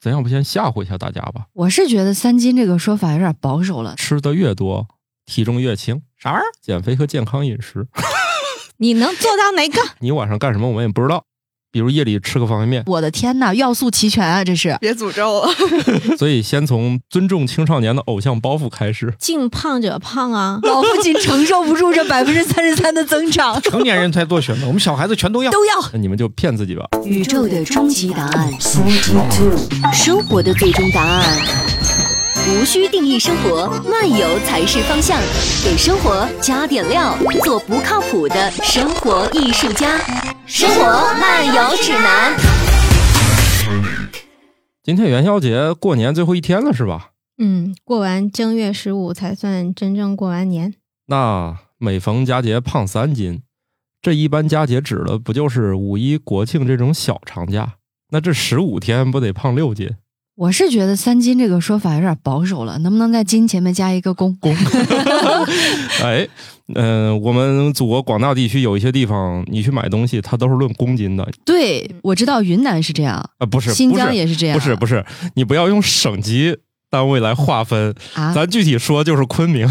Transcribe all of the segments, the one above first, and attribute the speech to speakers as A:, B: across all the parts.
A: 咱要不先吓唬一下大家吧？
B: 我是觉得三斤这个说法有点保守了。
A: 吃的越多，体重越轻。啥玩意儿？减肥和健康饮食，
C: 你能做到哪个？
A: 你晚上干什么我们也不知道。比如夜里吃个方便面，
B: 我的天呐，要素齐全啊！这是！
D: 别诅咒我，
A: 所以先从尊重青少年的偶像包袱开始。
C: 敬胖者胖啊
B: 老父亲承受不 住这百分之三十三的增长，
E: 成年人才做选择，我们小孩子全都要。
B: 都要
A: 那你们就骗自己吧。
F: 宇宙的终极答案，生活的最终答案。无需定义生活，漫游才是方向。给生活加点料，做不靠谱的生活艺术家。生活漫游指南。
A: 今天元宵节，过年最后一天了是吧？
C: 嗯，过完正月十五才算真正过完年。
A: 哦那每逢佳节胖三斤，这一般佳节指的不就是五一、国庆这种小长假？那这十五天不得胖六斤？
B: 我是觉得三斤这个说法有点保守了，能不能在斤前面加一个公？ 公
A: 哎，嗯、我们祖国广大地区有一些地方，你去买东西，它都是论公斤的啊、
B: 对，我知道云南是这样，
A: 呃不是，
B: 新
A: 不是
B: 疆也是这样，
A: 不是不是，你不要用省级单位来划分，
B: 啊？
A: 咱具体说就是昆明，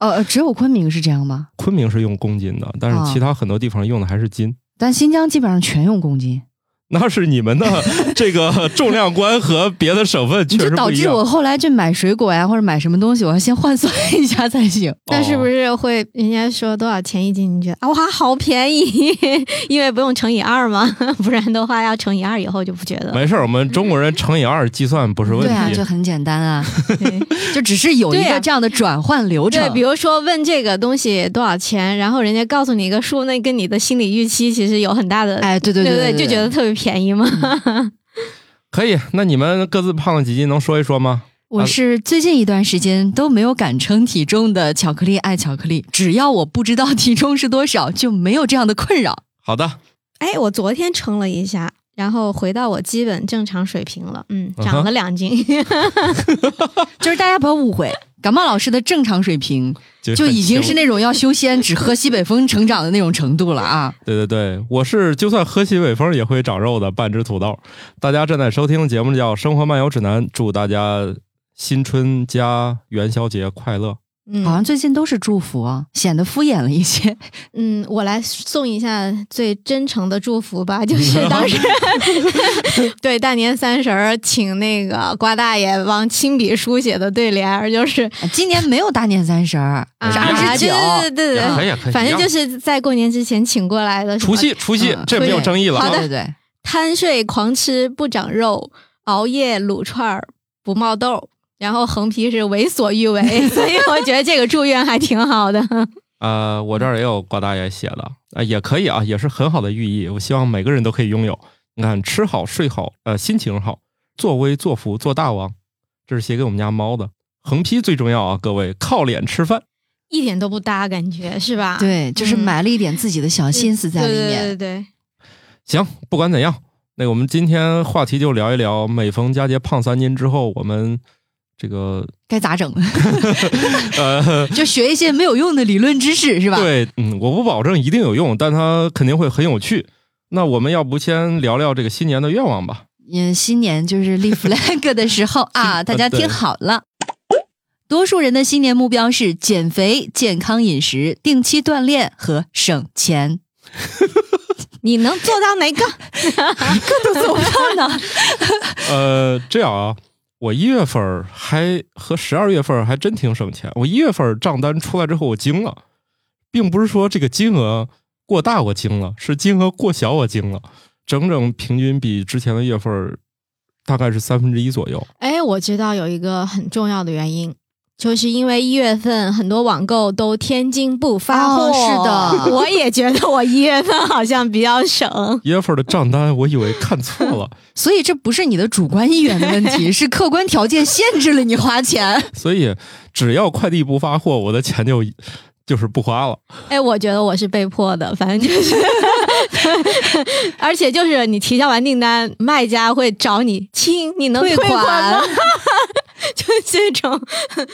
B: 哦，呃只有昆明是这样吗？
A: 昆明是用公斤的，但
B: 哦
A: 是其他很多地方用的还是斤。
B: 但新疆基本上全用公斤，
A: 那是你们 的这个重量观和别的省份确
B: 就
A: 实
B: 导
A: 不一
B: 致我
A: 样。
B: 后来去买水果呀或者买什么东西，我要先换算一下才行。
C: 那是不是会人家说多少钱一斤？你觉得啊，哇，好便宜， 因为不用乘以二嘛， 不然的话要乘以二以后就不觉得了。
A: 没事儿，我们中国人乘以二计算不是问
B: 对啊，
A: 题。
B: 就很简单啊，
C: 对
B: 就只是有一
C: 对
B: 个
C: 啊
B: 这样的转换流程
C: 对，。比如说问这个东西多少钱，然后人家告诉你一个数，那跟你的心理预期其实有很大的，
B: 哎，对对
C: 对
B: 对嗯
C: 就觉得特别便宜嘛。
A: 可以，那你们各自胖了几斤，能说一说吗？
B: 我是最近一段时间都没有敢称体重的巧克力爱巧克力，只要我不知道 体重是多少，就没有这样的困扰。
A: 好的，
C: 哎，我昨天称了一下，然后回到我基本正常水平了，嗯，
A: 嗯
C: 长
A: 哼
C: 了两斤。
B: 就是大家不要误会，感冒老师的正常水平就已经是那种要修仙只喝西北风成长的那种程度了啊！
A: 对对对，我是就算喝西北风也会长肉的半只土豆。大家正在收听的节目叫《生活漫游指南》，祝大家新春加元宵节快乐。
C: 嗯
B: 好像最近都是祝福啊，显得敷衍了一些。
C: 嗯，我来送一下最真诚的祝福 吧，就是当时 对大年三十儿请那个瓜大爷帮亲笔书写的对联儿，就是
B: 啊今年没有大年三十 儿，
C: 啊
B: 是
A: 呀
B: 二十九。
C: 对对对
A: 可
C: 对
A: 以哎可以，
C: 反正就是是在过年之前请过来的什
A: 除
C: 么
A: 夕，除夕
B: 嗯
A: 这没有争议了。啊
C: 好的
B: 对对对，
C: 贪睡狂吃不长肉，熬夜卤串儿不冒痘。然后横批是为所 欲为，所以我觉得这个祝愿还挺好的。
A: 呃，我这儿也有瓜大爷写的，啊、也可以啊，也是很好的寓意。我希望每个人都可以拥有。你看，吃好睡好，呃，心情好，作威作福做大王，这是写给我们家猫的。横批最重要啊，各位，靠脸吃饭。
C: 一点都不搭，感觉是吧？
B: 对，就是
C: 嗯
B: 埋了一点自己的小心思在里
C: 对
B: 面。
C: 对对对，
A: 行，不管怎样，那个我们今天话题就聊一聊，每逢佳节胖三斤之后，我们这个
B: 该咋整？
A: 呃，
B: 就学一些没有用的理论知识是吧？
A: 对，嗯，我不保证一定有用，但它肯定会很有趣。那我们要不先聊聊这个新年的愿望吧？
B: 嗯，新年就是 立 flag 的 时候啊，大家听好了。多数人的新年目标是减肥、健康饮食、定期锻炼和省钱。
C: 你能做到哪个？
A: 呃，这样啊，我一月份儿还和十二月份儿还真挺省钱。我一月份儿账单出来之后，我惊了，并不是说这个金额过大我惊了，是金额过小我惊了，整整平均比之前的月份儿大概是三分之一左右。
C: 哎，我知道有一个很重要的原因，就是因为一月份很多网购都天津不发货。
B: 哦是 的
C: 我也觉得我一月份好像比较省。
A: 一月份儿的账单，我以为看错了，
B: 所以这不是你的主观意愿的问 题，是客观条件限制了你花钱。
A: 所以只要快递不发货，我的钱就就是不花了。
C: 哎，我觉得我是被迫的，反正就是， 而且就是你提交完订单，卖家会找你，亲，你能退款吗？ 就这种，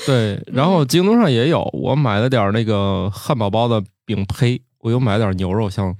A: 对，然后京东上也有，我买了点儿那个汉堡包的饼胚，我又买了点儿牛肉，想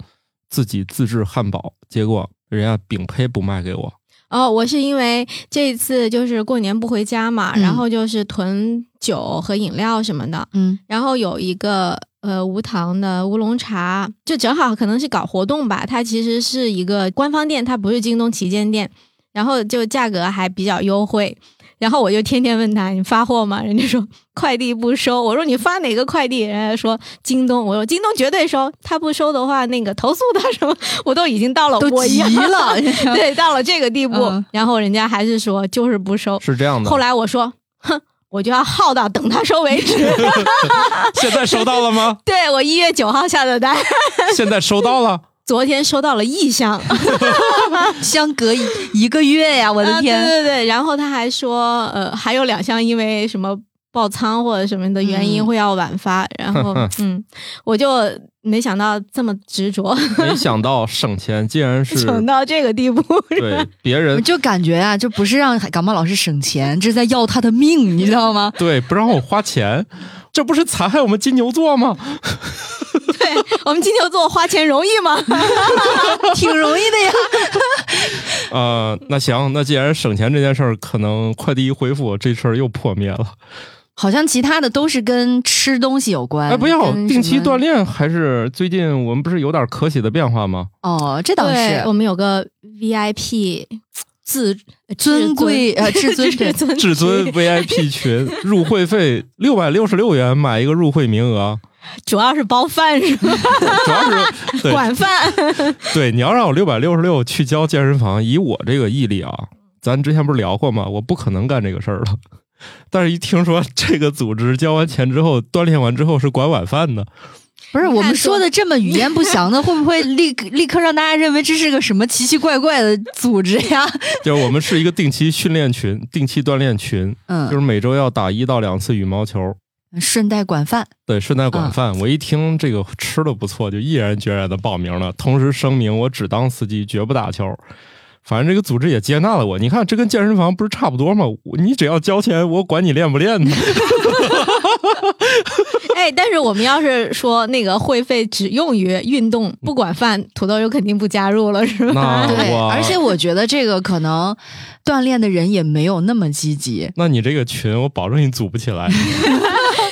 A: 自己自制汉堡，结果人家饼胚不卖给我，
C: 哦，我是因为这一次就是过年不回家嘛，
B: 嗯
C: 然后就是囤酒和饮料什么的，
B: 嗯
C: 然后有一个呃无糖的乌龙茶，就正好可能是搞活动吧，它其实是一个官方店，它不是京东旗舰店，然后就价格还比较优惠。然后我就天天问他：“你发货吗？”人家说快递不收。我说：“你发哪个快递？”人家说京东。我说：“京东绝对收，他不收的话，那个投诉他什么，我都已经到了
B: 都
C: 我一
B: 急
C: 样
B: 了
C: 对，到了这个地步。
B: 嗯
C: 然后人家还是说就是不收。
E: 是这样的。
C: 哦后来我说：“哼，我就要耗到等他收为止。”
A: 现在收到了吗？
C: 对我一月九号下的单，
A: 现在收到了，
C: 昨天收到了意向。
B: 相隔一一个月呀，我
C: 我
B: 的天，
C: 啊对对对，然后他还说，呃，还有两项因为什么爆仓或者什么的原因
B: 嗯
C: 会要晚发，然后嗯，我就没想到这么执着，
A: 没想到省钱竟然是
C: 整到这个地步。
A: 对别
B: 我
A: 人
B: 就感觉啊，就不是让感冒老师省钱，这是在要他的命，你知道 吗？
A: 对不让我花钱，这不是残害我们金牛座吗？
C: 对我们金牛座花钱容易吗？
B: 挺容易的呀。
A: 呃，那行，那既然省钱这件事儿，可能快递一恢复，这事儿又破灭了。
B: 好像其他的都是跟吃东西有关。
A: 哎，不要
B: 跟
A: 定
B: 什
A: 期
B: 么
A: 锻炼，还是最近我们不是有点可喜的变化吗？
B: 哦，这倒
C: 对，我
B: 是
C: 们有个 VIP 自
B: 尊贵 呃至
C: 至
B: 尊对
C: 尊至 尊
A: 至尊
C: 群
A: VIP 群入会费六百六十六元买一个入会名额，
C: 主要是包饭是吧？
A: 主要是对
C: 管饭。
A: 对，你要让我六百六十六去交健身房，以我这个毅力啊，咱之前不是聊过吗？我不可能干这个事儿了。但是，一听说这个组织交完钱之后，锻炼完之后是管晚饭的，
B: 不是
C: 你看
B: 我们说
C: 说
B: 的这么语言不详 的，会不会立立刻让大家认为这是个什么奇奇怪怪的组织呀？
A: 就是我们是一个定期训练群、定期锻炼群，就是
B: 嗯，
A: 每周要打一到两次羽毛球，
B: 顺带管饭，
A: 对，顺
B: 啊
A: 带管饭。我一听这个吃的不错，就毅然决然的报名了。同时声明，我只当司机，绝不打球。反正这个组织也接纳了我。你看，这跟健身房不是差不多吗？我你只要交钱，我管你练不练 呢。
C: 哎，但是我们要是说那个会费只用于运动，不管饭，土豆就肯定不加入了，是吧？
A: 那
B: 对，
A: 我
B: 而且我觉得这个可能锻炼的人也没有那么积极。
A: 那你这个群，我保证你组不起来。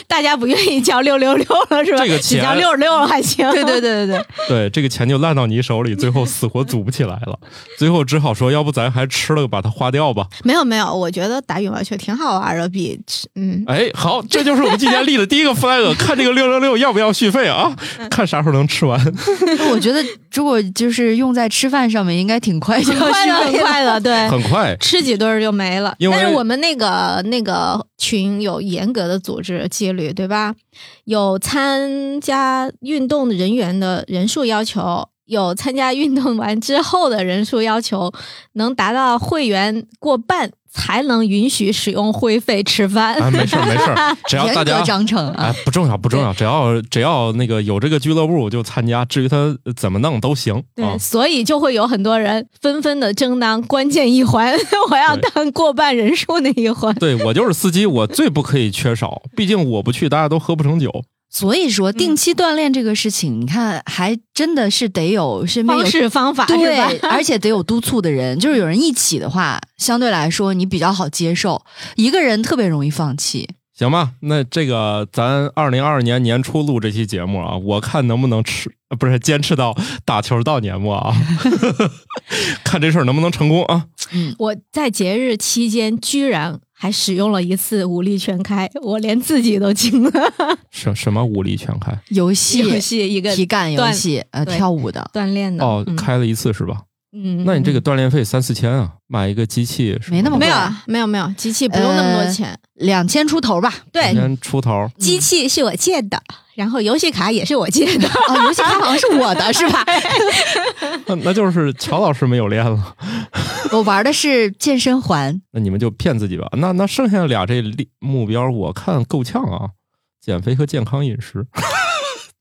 C: 大家不愿意交六六六了，是吧？
A: 这个
C: 只交
A: 钱
C: 六十六还行。
B: 对对对对对，
A: 对，这个钱就烂到你手里，最后死活组不起来了。最后只好说，要不咱还吃了把它花掉吧。
C: 没有没有，我觉得打羽毛球挺好玩的，比嗯，
A: 哎，好，这就是我们今天立的第一个 flag，看这个六六六要不要续费啊？
B: 嗯
A: 看啥时候能吃完。
B: 我觉得如果就是用在吃饭上面，应该挺 快啊就
C: 很 快
B: 要
C: 乐，
B: 吃饭
C: 很快乐，
B: 哎
C: 对。
A: 很快，
C: 吃几顿儿就没了，
A: 因为
C: 但是我们那个那个群有严格的组织纪律，对吧？有参加运动人员的人数要求，有参加运动完之后的人数要求，能达到会员过半才能允许使用会费吃饭。
A: 啊，没事儿没事儿，只要
B: 严
A: 大
B: 格
A: 家
B: 章程啊
A: 哎。不重要不重要，只要只要那个有这个俱乐部我就参加，至于他怎么弄都行
C: 对，
A: 啊。
C: 所以就会有很多人纷纷的争当关键一环， 我要
A: 对
C: 当过半人数那一环。
A: 对我就是司机，我最不可以缺少，毕竟我不去，大家都喝不成酒。
B: 所以说，定期锻炼这个事情，你看，还真的是得有身边有
C: 方式方法是吧
B: 对， 而且得有督促的人，就是有人一起的话，相对来说你比较好接受，一个人特别容易放弃。
A: 行吧，那这个咱二零二二年年初录这期节目啊，我看能不能吃，呃不是坚持到打球到年末啊， 看这事儿能不能成功啊。
C: 我在节日期间居然还使用了一次武力全开，我连自己都 惊了。
A: 什什么武力全开？
B: 游戏、
C: 游戏一个
B: 体感游
C: 锻
B: 戏，呃，
C: 对
B: 跳舞的
C: 锻炼的
A: 哦，
C: 嗯
A: 开了一次是吧？
C: 嗯，
A: 那你这个锻炼费三四千啊，买一个机器什
B: 没那
A: 么
B: 么
A: 的
C: 没有
B: 贵
C: 啊没有没有，机器不用那
A: 呃
C: 么多钱。
B: 两千出头吧。
C: 对，
A: 先出头儿。
C: 机器是我借的，然后游戏卡也是我 借的。
B: 啊、游戏卡好像是我 的，是吧？
A: 那那就是乔老师没有练了，
B: 我玩的是健身环，
A: 那你们就骗自己吧。那那剩下俩这立目标，我看够呛啊，减肥和健康饮 食。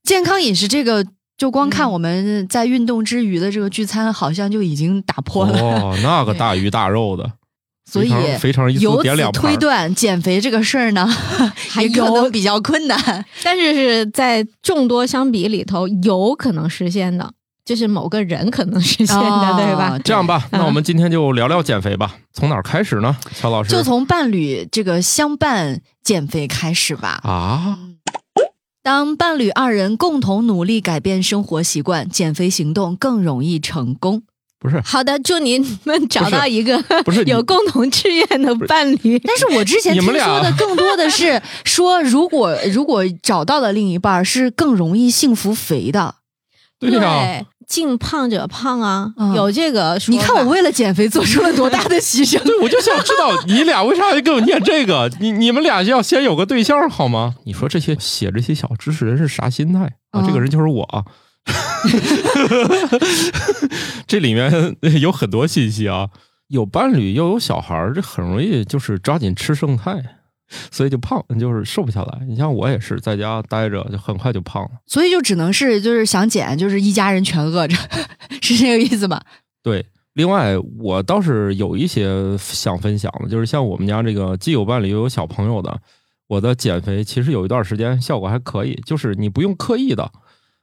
B: 健康饮食这个，就光看
C: 嗯
B: 我们在运动之余的这个聚餐，好像就已经打破了。
A: 哦，那个大鱼大肉的，
B: 所以
A: 肥肠肥肠一
B: 由
A: 次点
B: 此
A: 两
B: 推
A: 盘儿。
B: 断，减肥这个事儿呢， 还
C: 有
B: 可能比较困难。
C: 但是是在众多相比里头有可能实现的。就是某个人可能 实现的，对吧
B: 哦？
A: 这样吧，那我们今天就聊聊减肥吧。从哪儿开始呢？乔老师，
B: 就从伴侣这个相伴减肥开始吧。
A: 啊，
B: 当伴侣二人共同努力改变生活习惯，减肥行动更容易成功。
A: 不是，
C: 好的，祝你们找到一个
A: 不是你
C: 有共同志愿的伴侣。
B: 但是我之前
A: 你
B: 听
A: 们俩
B: 说的更多的是说，如果如果找到了另一半，是更容易幸福肥的。
A: 对呀，
C: 敬胖者胖啊，
B: 嗯
C: 有这个说
B: 你
C: 法。
B: 看我为了减肥做出了多大的牺 牲。
A: 对，我就想知道你俩为啥要给我念这个？你你们俩要先有个对象好吗？你说这些写这些小知识人是啥心态啊？
B: 嗯
A: 这个人就是我啊。 这里面有很多信息啊，有伴侣又有小孩儿，这很容易就是抓紧吃剩菜，所以就胖，就是瘦不下来。你像我也是，在家待着就很快就胖了。
B: 所以就只能是就是想减，就是一家人全饿着， 是这个意思吗？
A: 对，另外我倒是有一些想分享的，就是像我们家这个既有伴侣又有小朋友的，我的减肥其实有一段时间效果还可以，就是你不用刻意的。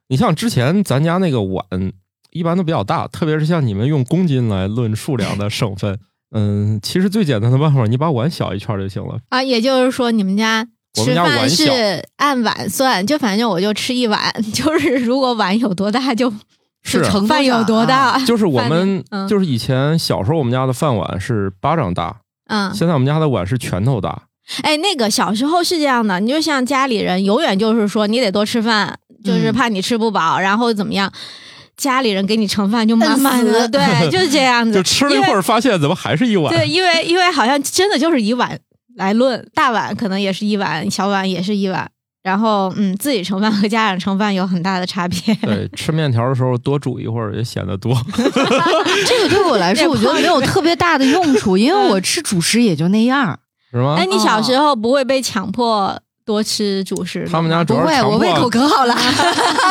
A: 你像之前咱家那个碗一般都比较大，特别是像你们用公斤来论数量的省份，嗯，其实最简单的办法，你把碗小一圈就行了。
C: 啊，也就是说你们家
A: 我
C: 吃
A: 们家
C: 饭
A: 碗小
C: 是按碗算，就反正我就吃一碗， 就是如果碗有多大就
A: 就是
B: 成功
C: 饭有
B: 的
C: 多
B: 啊
C: 大，
A: 就是我们
C: 饭量嗯
A: 就是以前小时候我们家的饭碗是巴掌大，
C: 嗯，
A: 现在我们家的碗是拳头大。
C: 哎，那个小时候是这样的，你就像家里人永远就是说你得多吃饭，就是
B: 嗯
C: 怕你吃不饱，然后怎么样，家里人给你盛饭就慢慢
B: 摁
C: 的，
B: 死
C: 对，就是这样子，
A: 就吃了一会儿，发现怎么还是一碗？
C: 嗯对，因为因为好像真的就是以碗来论，大碗可能也是一碗，小碗也是一碗。然后，嗯，自己盛饭和家长盛饭有很大的差别。
A: 对，吃面条的时候多煮一会儿也显得多。
B: 这个对我来说，
C: 练
B: 我觉得
C: 胖
B: 没有特别大的用处，因为我吃主食也就那 样。
A: 是吗？
C: 哎，你小时候不会被强迫多吃主食吗？
A: 他们家主要是
B: 不会，
A: 强
B: 我胃 口
A: 迫啊
B: 可好了，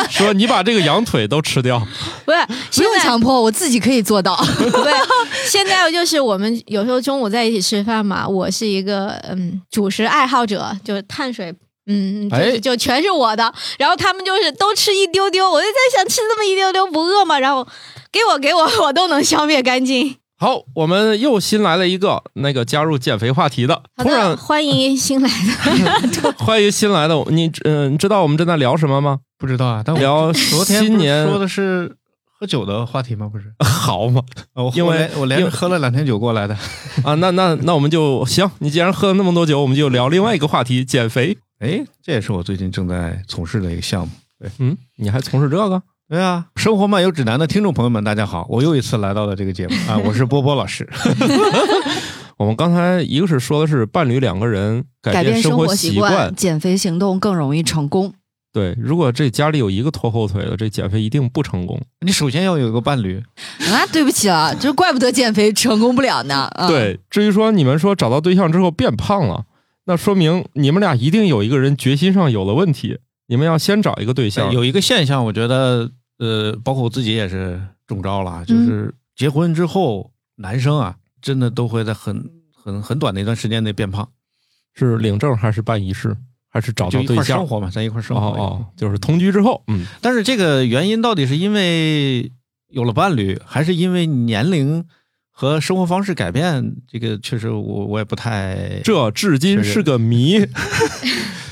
A: 说你把这个羊腿都吃掉，
C: 不是，
B: 不
C: 现
B: 用
C: 在
B: 强迫，我自己可以做到。
C: 不 是，现在就是我们有时候中午在一起吃饭嘛，我是一个嗯主食爱好者，就是碳水。嗯，就
A: 哎
C: 是就全是我的，然后他们就是都吃一丢丢，我就在想吃这么一丢丢不饿吗？然后给我给我，我都能消灭干净。
A: 好，我们又新来了一个那个加入减肥话题的，
C: 好
A: 突
C: 的，
A: 然
C: 欢迎新来 的。
A: 欢迎新来的你，嗯、你知道我们正在聊什么吗？
E: 不知道啊。但我
A: 聊
E: 昨天
A: 新
E: 不是
A: 年
E: 说的是喝酒的话题吗？ 不是，
A: 好嘛？
E: 呃我
A: 因为
E: 我连我连
A: 因
E: 着
A: 为
E: 喝了两天酒过来的。
A: 啊，那那那我们就行，你既然喝了那么多酒，我们就聊另外一个话题，减肥。
E: 哎，这也是我最近正在从事的一个项目。
A: 嗯，你还从事这个？
E: 对啊，生活漫游指南的听众朋友们，大家好，我又一次来到了这个 节目啊，我是波波老师。
A: 我们刚才一个是说的是伴侣两个人改
B: 改
A: 变
B: 变
A: 生
B: 生
A: 活
B: 活
A: 习
B: 习
A: 惯
B: 惯，，减肥行动更容易成功。
A: 对，如果这家里有一个拖后腿的，这减肥一定不成功。
E: 你首先要有一个伴侣，
B: 啊，对不起啊，就怪不得减肥成功不了呢。啊、，
A: 对，至于说你们说找到对象之后变胖了，那说明你们俩一定有一个人决心上有了问题。你们要先找一个对象，
E: 有一个现象，我觉得呃，包括我自己也是中招了，啊就是结婚之后，男生啊，真的都会在很很很短的一段时间内变胖，
A: 是领证还是办仪式，还是找
E: 就
A: 到
E: 一
A: 对
E: 块儿
A: 象？
E: 生活嘛，咱一块儿生
A: 哦
E: 活。
A: 哦，就是同居之后，嗯，
E: 但是这个原因到底是因为有了伴侣，还是因为年龄和生活方式改变？这个确实我我也不太
A: 这至今是个谜。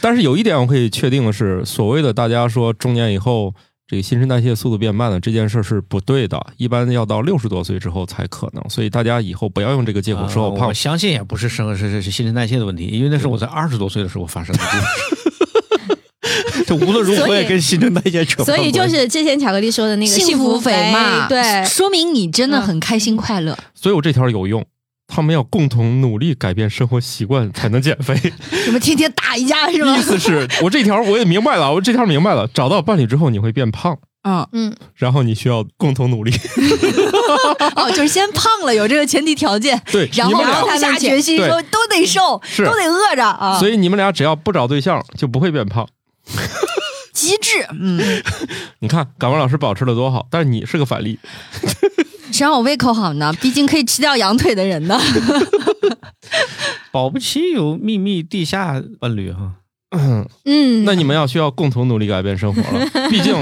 A: 但是有一点我可以确定的是，所谓的大家说中年以后这个新陈代谢速度变慢了这件事儿是不对的，一般要到六十多岁之后才可能。所以大家以后不要用这个借口说
E: 啊
A: 我胖
E: 我相信也不是生是是是新陈代谢的问题，因为那是我在二十多岁的时候发生的故 事。这无论如何也跟新陈代谢扯不
C: 所
E: 上
C: 以就
E: 关系
C: 是之前巧克力说的那个
B: 幸
C: 福
B: 福肥嗯嘛，
C: 对，
B: 说明你真的很开心快乐。
A: 所以我这条有用。他们要共同努力改变生活习惯才能减 肥。
B: 什么天天打一架是吗
A: 意？思是我这条我也明白了，我这条明白了。找到伴侣之后你会变胖，
B: 嗯，
C: 嗯，
A: 然后你需要共同努力。
B: 哦，就是先胖了，有这个前提条 件，
A: 对，
B: 然
A: 你
B: 后
A: 们
C: 然后
A: 俩，
B: 痛下决心
A: 对
B: 说都得瘦，
A: 是
B: 都得饿着啊，
A: 所以你们俩只要不找对象就不会变胖。
B: 极致。嗯，
A: 你看感冒老师保持的多好，但是你是个反例。
B: 谁让我胃口好呢？毕竟可以吃掉羊腿的人呢。
E: 保不齐有秘密地下伴侣哈。
C: 嗯，
A: 那你们要需要共同努力改变生活了，毕竟，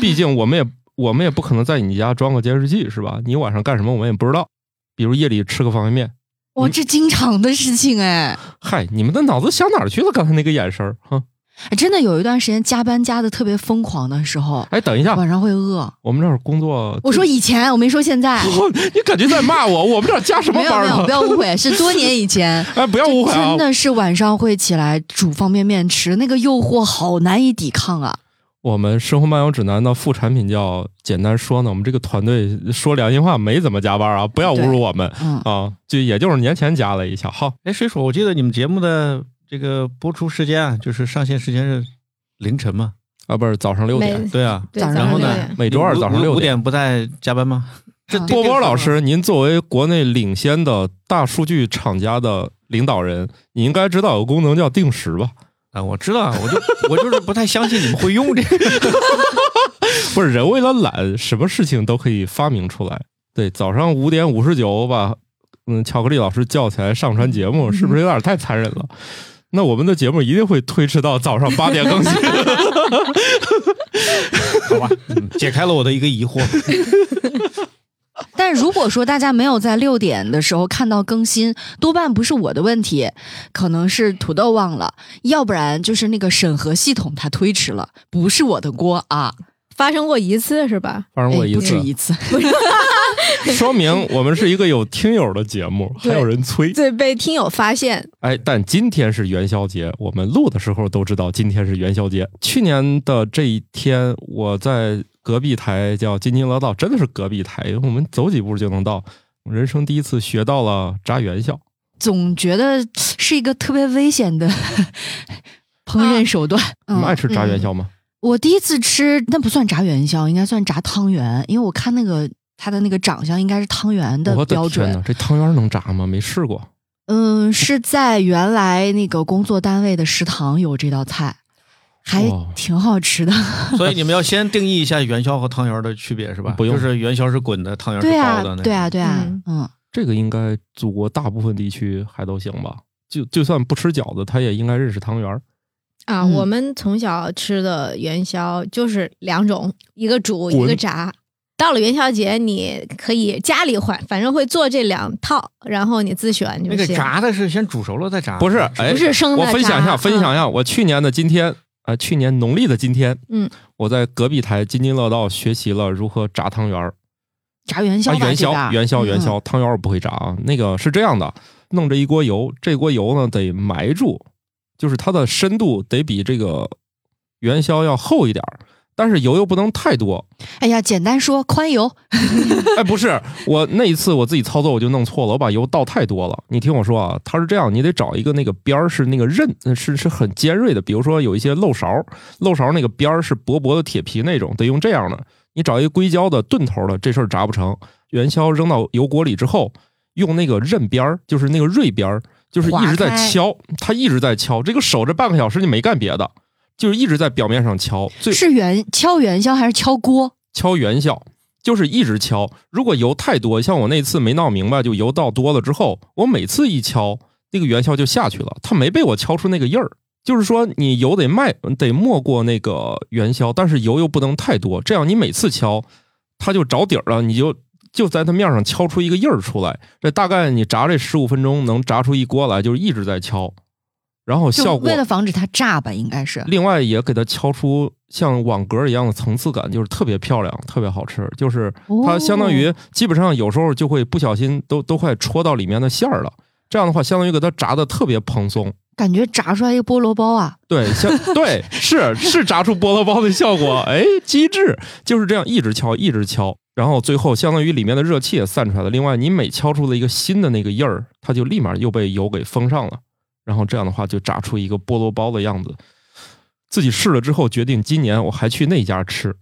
A: 毕竟我们也我们也不可能在你家装个监视器，是吧？你晚上干什么我们也不知道。比如夜里吃个方便面，
B: 哇，这经常的事情哎，
A: 嗨，你们的脑子想哪儿去了？刚才那个眼神儿，哼！
B: 哎真的有一段时间加班加的特别疯狂的时候，
A: 哎，等一下，
B: 晚上会饿。
A: 我们这儿工作，
B: 啊我说以前，我没说现在，
A: 你感觉在骂我，我们这儿加什么
B: 没有
A: 班
B: 没有，
A: 呢
B: 不？要误 会，是多年以前。
A: 哎，不要误会啊
B: 真！的是晚上会起来煮方便面吃，那个诱惑好难以抵抗啊！
A: 我们《生活漫游指南》的副产品叫简单说呢，我们这个团队说良心话没怎么加班啊，不要侮辱我们
B: 嗯，
A: 啊！就也就是年前加了一下，好，
E: 哎，水手，我记得你们节目的这个播出时间啊，就是上线时间是凌晨嘛？
A: 啊，不是早上六点，
C: 没
E: 对啊，
C: 对
B: 早上
E: 然后
C: 六
E: 呢
C: 点，
A: 每周二早上
E: 你
A: 六
E: 五五点不在加班吗？这
B: 啊
A: 波波老，师，您作为国内领先的大数据厂家的领导人，你应该知道有个功能叫定时吧？
E: 啊，我知道，啊，我就我就是不太相信你们会用这个。
A: 不是，人为了懒，什么事情都可以发明出来。对，早上五点五十九把嗯巧克力老师叫起来上传节目，是不是有点太残忍了？那我们的节目一定会推迟到早上八点更新。
E: 好吧，嗯解开了我的一个疑惑。
B: 但如果说大家没有在六点的时候看到更新，多半不是我的问题，可能是土豆忘了，要不然就是那个审核系统它推迟了，不是我的锅啊！
C: 发生过一次是吧？
A: 发生过
B: 哎
A: 一
B: 不
A: 次
B: 止，一次，
A: 说明我们是一个有听友的节目，还有人催。
C: 对，被听友发现，
A: 哎，但今天是元宵节，我们录的时候都知道今天是元宵节。去年的这一天，我在隔壁台叫津津乐道，真的是隔壁台，因为我们走几步就能到。人生第一次学到了炸元宵，
B: 总觉得是一个特别危险的 烹饪手段。
A: 你啊们爱吃炸
C: 嗯
A: 元宵吗？
B: 我第一次吃，那不算炸元宵，应该算炸汤圆，因为我看那个它的那个长相应该是汤圆嗯的
A: 我的
B: 标
A: 天
B: 准
A: 呐，。这汤圆能炸吗？没试过。
B: 嗯，是在原来那个工作单位的食堂有这道菜，还
A: 哇
B: 挺好吃的。
E: 所以你们要先定义一下元宵和汤圆的区别是吧？
A: 不用
E: 就是元宵是滚的，汤圆是
B: 对
E: 包
B: 啊
E: 的。那，个
B: 对啊，。对啊，
C: 嗯
B: 嗯，
A: 这个应该祖国大部分地区还都行吧？就就算不吃饺子，他也应该认识汤圆儿。
C: 啊，
B: 嗯
C: 我们从小吃的元宵就是两种，一个煮，
A: 滚
C: 一个炸。到了元宵节，你可以家里换，反正会做这两套，然后你自选就
E: 那
C: 行。
E: 个炸的是先煮熟了再炸，
A: 不是，哎，
C: 啊不是生的
A: 我分享一下，
C: 炸
A: 分享一下，我去年的今天，呃，去年农历的今天，
C: 嗯，
A: 我在隔壁台津津乐道学习了如何炸汤圆儿，
B: 炸元宵
A: 啊，
B: 吧，嗯
A: 元
B: 这
A: 宵，
B: 个
A: 元宵，元
C: 嗯
A: 宵，汤圆儿我不会炸啊。那个是这样的，弄这一锅油，这锅油呢得埋住，就是它的深度得比这个元宵要厚一点儿，但是油又不能太多，
B: 哎呀，简单说，宽油，
A: 哎，不是，我那一次我自己操作我就弄错了，我把油倒太多了。你听我说啊，它是这样，你得找一个那个边儿是那个刃呃是是很尖锐的，比如说有一些漏勺，漏勺那个边儿是薄薄的铁皮那种，得用这样的。你找一个硅胶的钝头的，这事儿炸不成。元宵扔到油锅里之后，用那个刃边儿，就是那个锐边儿，就是一直在
B: 划开
A: 敲，它一直在敲。这个手这半个小时你没干别的，就是一直在表面上敲，最
B: 是元敲元宵还是敲锅？
A: 敲元宵，就是一直敲。如果油太多，像我那次没闹明白，就油倒多了之后，我每次一敲，那个元宵就下去了，它没被我敲出那个印儿。就是说，你油得迈得没过那个元宵，但是油又不能太多，这样你每次敲，它就着底儿了，你就就在它面上敲出一个印儿出来。这大概你炸这十五分钟，能炸出一锅来，就是一直在敲，然后
B: 就
A: 效果
B: 为了防止它炸吧，应该是。
A: 另外也给它敲出像网格一样的层次感，就是特别漂亮，特别好吃。就是它相当于基本上有时候就会不小心都都快戳到里面的馅儿了。这样的话，相当于给它炸的特别蓬松。
B: 感觉炸出来一个菠萝包啊，
A: 对，像对是是炸出菠萝包的效果，哎，机智就是这样，一直敲，一直敲，然后最后相当于里面的热气也散出来了。另外，你每敲出了一个新的那个印儿，它就立马又被油给封上了，然后这样的话就炸出一个菠萝包的样子。自己试了之后，决定今年我还去那家吃。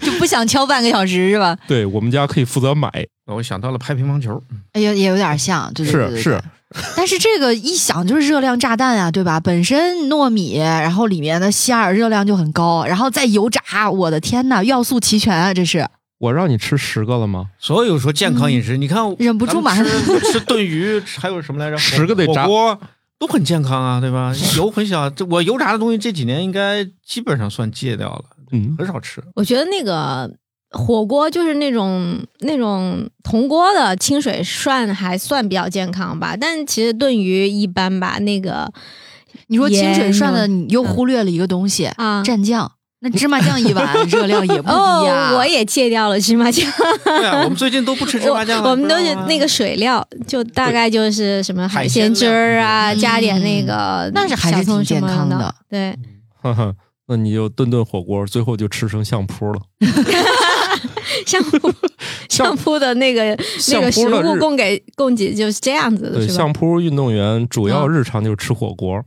B: 就不想敲半个小时是吧？
A: 对我们家可以负责买，
E: 我想到了拍乒乓球，
B: 哎呀，也有点像，对对对
A: 是
B: 对对
A: 是，
B: 但是这个一想就是热量炸弹啊，对吧？本身糯米，然后里面的馅儿热量就很高，然后再油炸，我的天呐，要素齐全啊！这是
A: 我让你吃十个了吗？
E: 所有说健康饮食，你看
B: 嗯忍不住马上
E: 咱们吃吃炖鱼，还有什么来着？
A: 十个得
E: 火
A: 炸
E: 锅都很健康啊，对吧？油很小，这我油炸的东西这几年应该基本上算戒掉了。
A: 嗯，
E: 很少吃。
C: 我觉得那个火锅就是那种那种铜锅的清水涮还算比较健康吧，但其实炖鱼一般吧。那个
B: 你说清水涮的，
C: 盐
B: 你又忽略了一个东西，
C: 啊，
B: 蘸酱。那芝麻酱一碗热量也不低呀。
C: 哦，我也戒掉了芝麻酱，
E: 对啊，我们最近都不吃芝麻酱了，
C: 我我们都是
E: 不知道吗啊
C: 那个水料，就大概就是什么
E: 海
C: 海
E: 鲜
C: 鲜汁儿啊，
E: 料
C: 加点那个
B: 那是还是
C: 小葱
B: 挺健
C: 什么
B: 康的
C: 的，对。
A: 哈哈，那你就炖炖火锅，最后就吃成相扑了。
C: 相扑
A: 相
C: 相扑的那个那
A: 相
C: 个食
A: 扑的
C: 物
A: 日
C: 供给供给就是这样子的，
A: 对
C: 是吧
A: 相？扑运动员主要
C: 嗯
A: 日常就是吃火锅，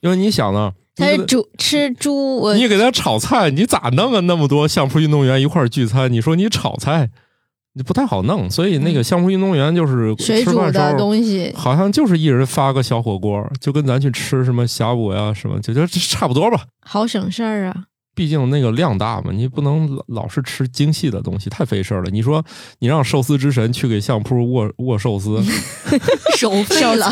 A: 因为你想呢，
C: 他
A: 你
C: 是
A: 给
C: 猪吃猪，我
A: 你给他炒菜，你咋弄啊？那么多相扑运动员一块儿聚餐，你说你炒菜，你不太好弄。所以那个相扑运动员就是
C: 嗯呃水
A: 吃
C: 煮
A: 饭时
C: 的
A: 候，
C: 东西，
A: 好像就是一人发个小火锅，就跟咱去吃什么峡谷呀什么，就就差不多吧。
C: 好省事儿啊！
A: 毕竟那个量大嘛，你不能老老是吃精细的东西，太费事儿了。你说你让寿司之神去给相扑握握寿 司，
B: 手废了。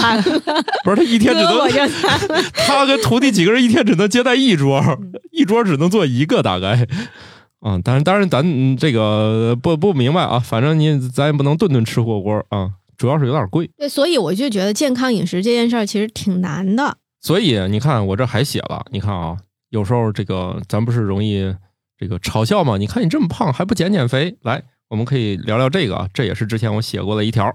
A: 不是他一天只能
C: 胳膊就残了
A: 他跟徒弟几个人一天只能接待一桌，一桌只能做一个大概。啊、当然，当然，咱嗯这个不不明白啊，反正你咱也不能顿顿吃火锅啊，主要是有点贵。
C: 对，所以我就觉得健康饮食这件事儿其实挺难的。
A: 所以你看，我这还写了，你看啊，有时候这个咱不是容易这个嘲笑吗？你看你这么胖还不减减肥？来，我们可以聊聊这个啊，这也是之前我写过的一条。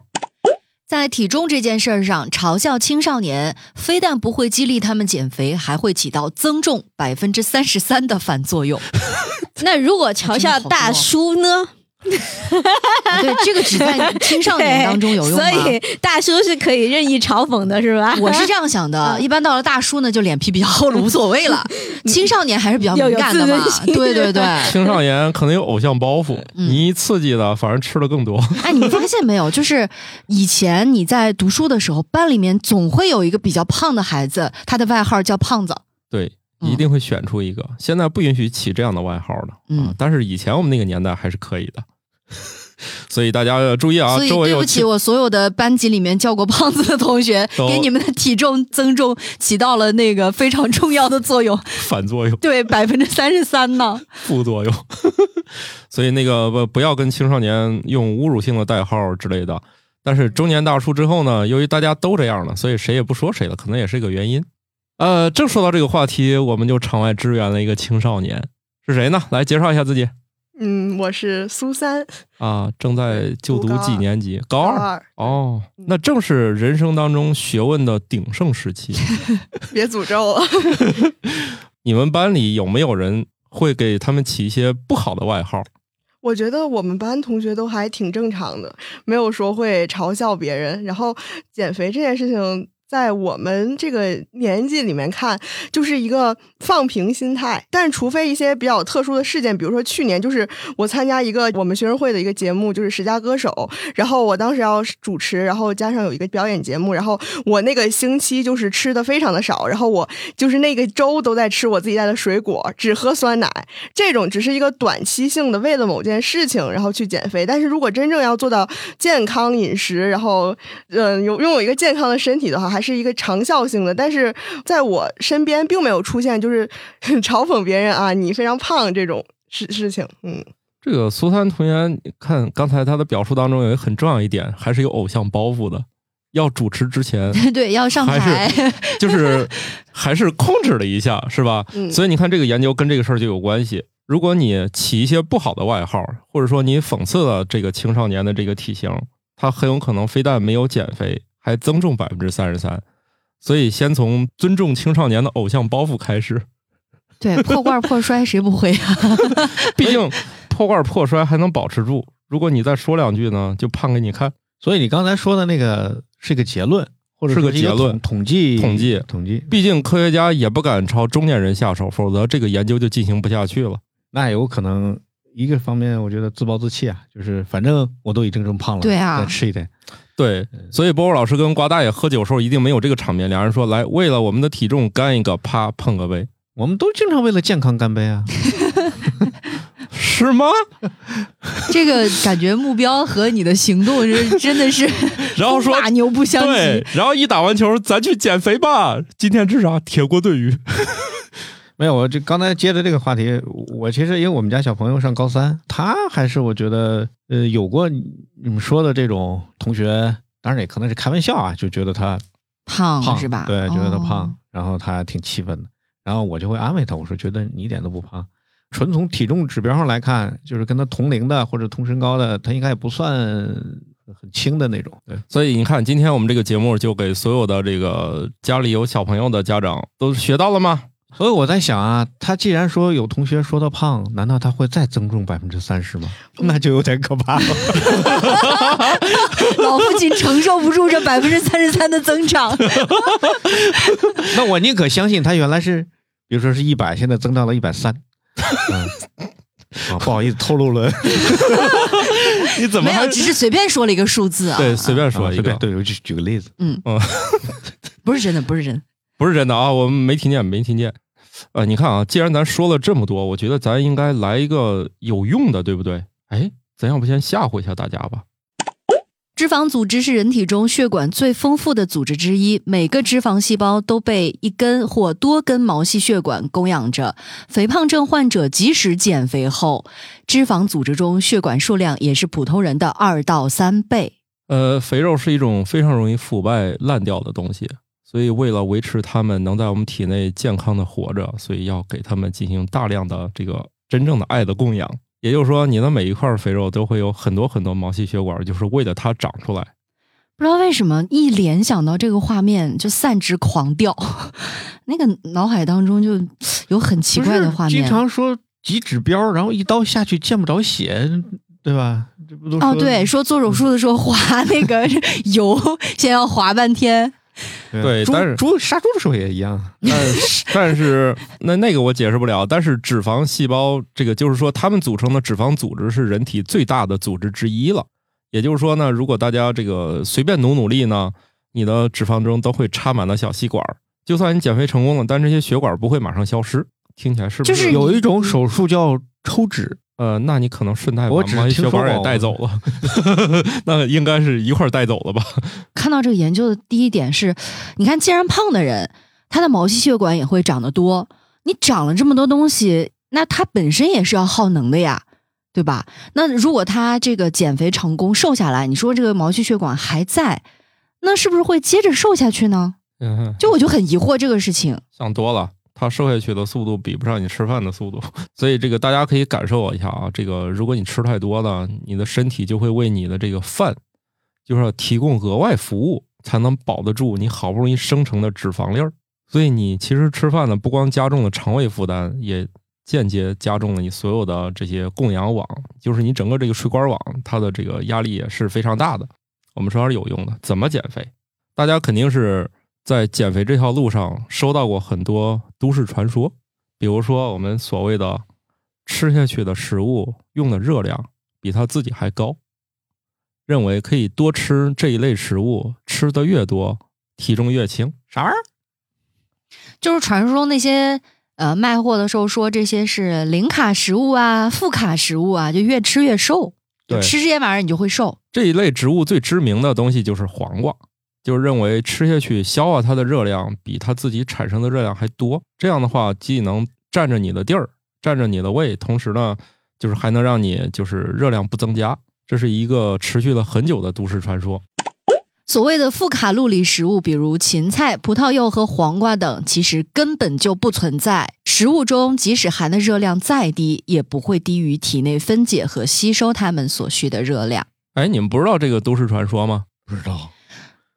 B: 在体重这件事儿上，嘲笑青少年非但不会激励他们减肥，还会起到增重百分之三十三的反作 用。
C: 那如果嘲
B: 真的
C: 笑
B: 好
C: 大
B: 多
C: 叔呢？
B: 啊对，这个只在青少年当中有用吗？
C: 对所以大叔是可以任意嘲讽的，是吧？
B: 我是这样想
C: 嗯
B: 的，一般到了大叔呢，就脸皮比较厚了，无所谓 了。青少年还是比较敏感的
C: 要
B: 嘛
C: 有自尊，心
B: 对 对对。
A: 青少年可能有偶像包袱，
B: 嗯
A: 你一刺激了，反而吃的更多。
B: 哎，你发现没有？就是以前你在读书的时候，班里面总会有一个比较胖的孩子，他的外号叫胖子。
A: 对，
B: 嗯
A: 一定会选出一个。现在不允许起这样的外号了，啊
B: 嗯，
A: 但是以前我们那个年代还是可以的。 所以大家要注意啊
B: 所，以
A: 周围
B: 对
A: 有
B: 不起，
A: 青
B: 我所有的班级里面叫过胖子的同学，
A: 都
B: 给你们的体重增重起到了那个非常重要的作用。
A: 反作用、
B: 对，百分之三十三 呢。
A: 副作用， 所以那个不不要跟青少年用侮辱性的代号之类的。但是中年大叔之后呢，由于大家都这样了，所以谁也不说谁了，可能也是一个原因。呃，正说到这个话题，我们就场外支援了一个青少年，是谁呢？来介绍一下自己
D: 嗯，我是苏三，
A: 啊，正在就
D: 读
A: 读
D: 高
A: 几
D: 二
A: 年级？高
D: 高
A: 二。
D: 二，嗯
A: 哦，那正是人生当中学问的鼎盛时期。
D: 别诅咒我。
A: 你们班里有没有人会给他们起一些不好的外号？
D: 我觉得我们班同学都还挺正常的，没有说会嘲笑别人。然后减肥这件事情，在我们这个年纪里面看，就是一个放平心态。但除非一些比较特殊的事件，比如说去年就是我参加一个我们学生会的一个节目，就是十佳歌手，然后我当时要主持，然后加上有一个表演节目，然后我那个星期就是吃的非常的少，然后我就是那个周都在吃我自己带的水果，只喝酸奶，这种只是一个短期性的，为了某件事情然后去减肥。但是如果真正要做到健康饮食，然后嗯有拥有一个健康的身体的话，还是一个长效性的。但是呃在我身边并没有出现就是嗯嘲讽别人啊你非常胖这种事事情。嗯，
A: 这个苏三同学，你看刚才他的表述当中有一个很重要一点，还是有偶像包袱的。要主持之前，
B: 对，要上
A: 还
B: 台。
A: 是 就是还是控制了一下，是吧？
D: 嗯
A: 所以你看，这个研究跟这个事儿就有关系。如果你起一些不好的外号，或者说你讽刺了这个青少年的这个体型，他很有可能非但没有减肥，还增重百分之三十三。所以，先从尊重青少年的偶像包袱开始。
B: 对，破罐破摔谁不会啊？
A: 毕竟破罐破摔还能保持住，如果你再说两句呢，就判给你看。
E: 所以你刚才说的那个是个结论，或者
A: 是个
E: 一
A: 结论
E: 统统计
A: 统计
E: 统计，
A: 毕竟科学家也不敢朝中年人下手，否则这个研究就进行不下去了。
E: 那有可能一个方面，我觉得自暴自弃啊，就是反正我都已经这么胖了，
B: 对啊
E: 再吃一点，
A: 对，所以波波老师跟瓜大爷喝酒时候一定没有这个场面，俩人说来为了我们的体重干一个，啪碰个杯，
E: 我们都经常为了健康干杯啊，
A: 是吗？
B: 这个感觉目标和你的行动是真的是
A: 然后说
B: 风马牛不相及
A: 对。，然后一打完球，咱去减肥吧，今天吃啥？铁锅炖鱼。
E: 没有，我这刚才接着这个话题，我其实因为我们家小朋友上高三，他还是我觉得呃有过你们说的这种同学，当然也可能是开玩笑啊，就觉得他
B: 胖
E: 胖
B: 是吧？
E: 对，觉得他
B: 哦
E: 胖，然后他挺气愤的，然后我就会安慰他，我说觉得你一点都不胖，纯从体重指标上来看，就是跟他同龄的或者同身高的，他应该也不算很轻的那种。对，
A: 所以你看，今天我们这个节目就给所有的这个家里有小朋友的家长都学到了吗？
E: 所以我在想啊，他既然说有同学说他胖，难道他会再增重百分之三十吗？ 那就有点可怕了。
B: 老父亲承受不住这百分之三十三的增 长，
E: 那我宁可相信他原来是，比如说是一百，现在增到了一百三。嗯，啊，不好意思，透露了，
A: 你怎么
B: 没
A: 还
B: 有，只是随便说了一个数字啊，
A: 对随便说
E: 说
A: 一
E: 随
A: 个
E: 便，？对，我就举个例子，
B: 不是真的，不是真的。
A: 不是真的啊，我们没听见，没听见。呃，你看啊，既然咱说了这么多，我觉得咱应该来一个有用的，对不对？哎，咱要不先吓唬一下大家吧？
B: 脂肪组织是人体中血管最丰富的组织之一，每个脂肪细胞都被一根或多根毛细血管供养着。肥胖症患者即使减肥后，脂肪组织中血管数量也是普通人的二到三倍。
A: 呃，肥肉是一种非常容易腐败烂掉的东西，所以为了维持它们能在我们体内健康的活着，所以要给它们进行大量的这个真正的爱的供养。也就是说，你的每一块肥肉都会有很多很多毛细血管，就是为了它长出来。
B: 不知道为什么，一联想到这个画面就散值狂掉， 那个脑海当中就有很奇怪的画
E: 不是
B: 面。
E: 经常说几指标，然后一刀下去见不着血，对吧？这不都说嗯
B: 哦，对，说做手术的时候划那个油，先要划半天。
A: 对
E: 猪
A: 但是
E: 猪杀猪的时候也一样，
A: 但是 但是那那个我解释不了。但是脂肪细胞这个就是说，它们组成的脂肪组织是人体最大的组织之一了。也就是说呢，如果大家这个随便努努力呢，你的脂肪中都会插满了小细管儿。就算你减肥成功了，但这些血管不会马上消失。听起来是不
B: 就是
E: 有一种手术叫抽脂，
A: 呃，那你可能顺带把
E: 我只是
A: 毛细
E: 听
A: 血
E: 说
A: 管也
E: 过
A: 带走了， 那应该是一块儿带走了吧？
B: 看到这个研究的第一点是，你看，既然胖的人，他的毛细血管也会长得多，你长了这么多东西，那他本身也是要耗能的呀，对吧？那如果他这个减肥成功瘦下来，你说这个毛细血管还在，那是不是会接着瘦下去呢？
A: 嗯，
B: 就我就很疑惑这个事情。
A: 想多了，它瘦下去的速度比不上你吃饭的速度， 所以这个大家可以感受一下啊。这个如果你吃太多了，你的身体就会为你的这个饭，就是要提供额外服务，才能保得住你好不容易生成的脂肪粒儿。所以你其实吃饭呢，不光加重了肠胃负担，也间接加重了你所有的这些供氧网，就是你整个这个水管网，它的这个压力也是非常大的。我们说还是有用的，怎么减肥？大家肯定是在减肥这条路上收到过很多都市传说，比如说我们所谓的吃下去的食物用的热量比它自己还高，认为可以多吃这一类食物，吃的越多，体重越轻。
E: 啥玩意儿？
B: 就是传说中那些呃卖货的时候说这些是零卡食物啊、负卡食物啊，就越吃越瘦，就
A: 对
B: 吃这些玩意儿你就会瘦。
A: 这一类植物最知名的东西就是黄瓜，就是认为吃下去消化它的热量比它自己产生的热量还多，这样的话既能占着你的地儿，占着你的胃，同时呢，就是还能让你就是热量不增加。这是一个持续了很久的都市传说。
B: 所谓的负卡路里食物，比如芹菜、葡萄柚和黄瓜等，其实根本就不存在。食物中即使含的热量再低，也不会低于体内分解和吸收它们所需的热量。
A: 哎，你们不知道这个都市传说吗？
E: 不知道。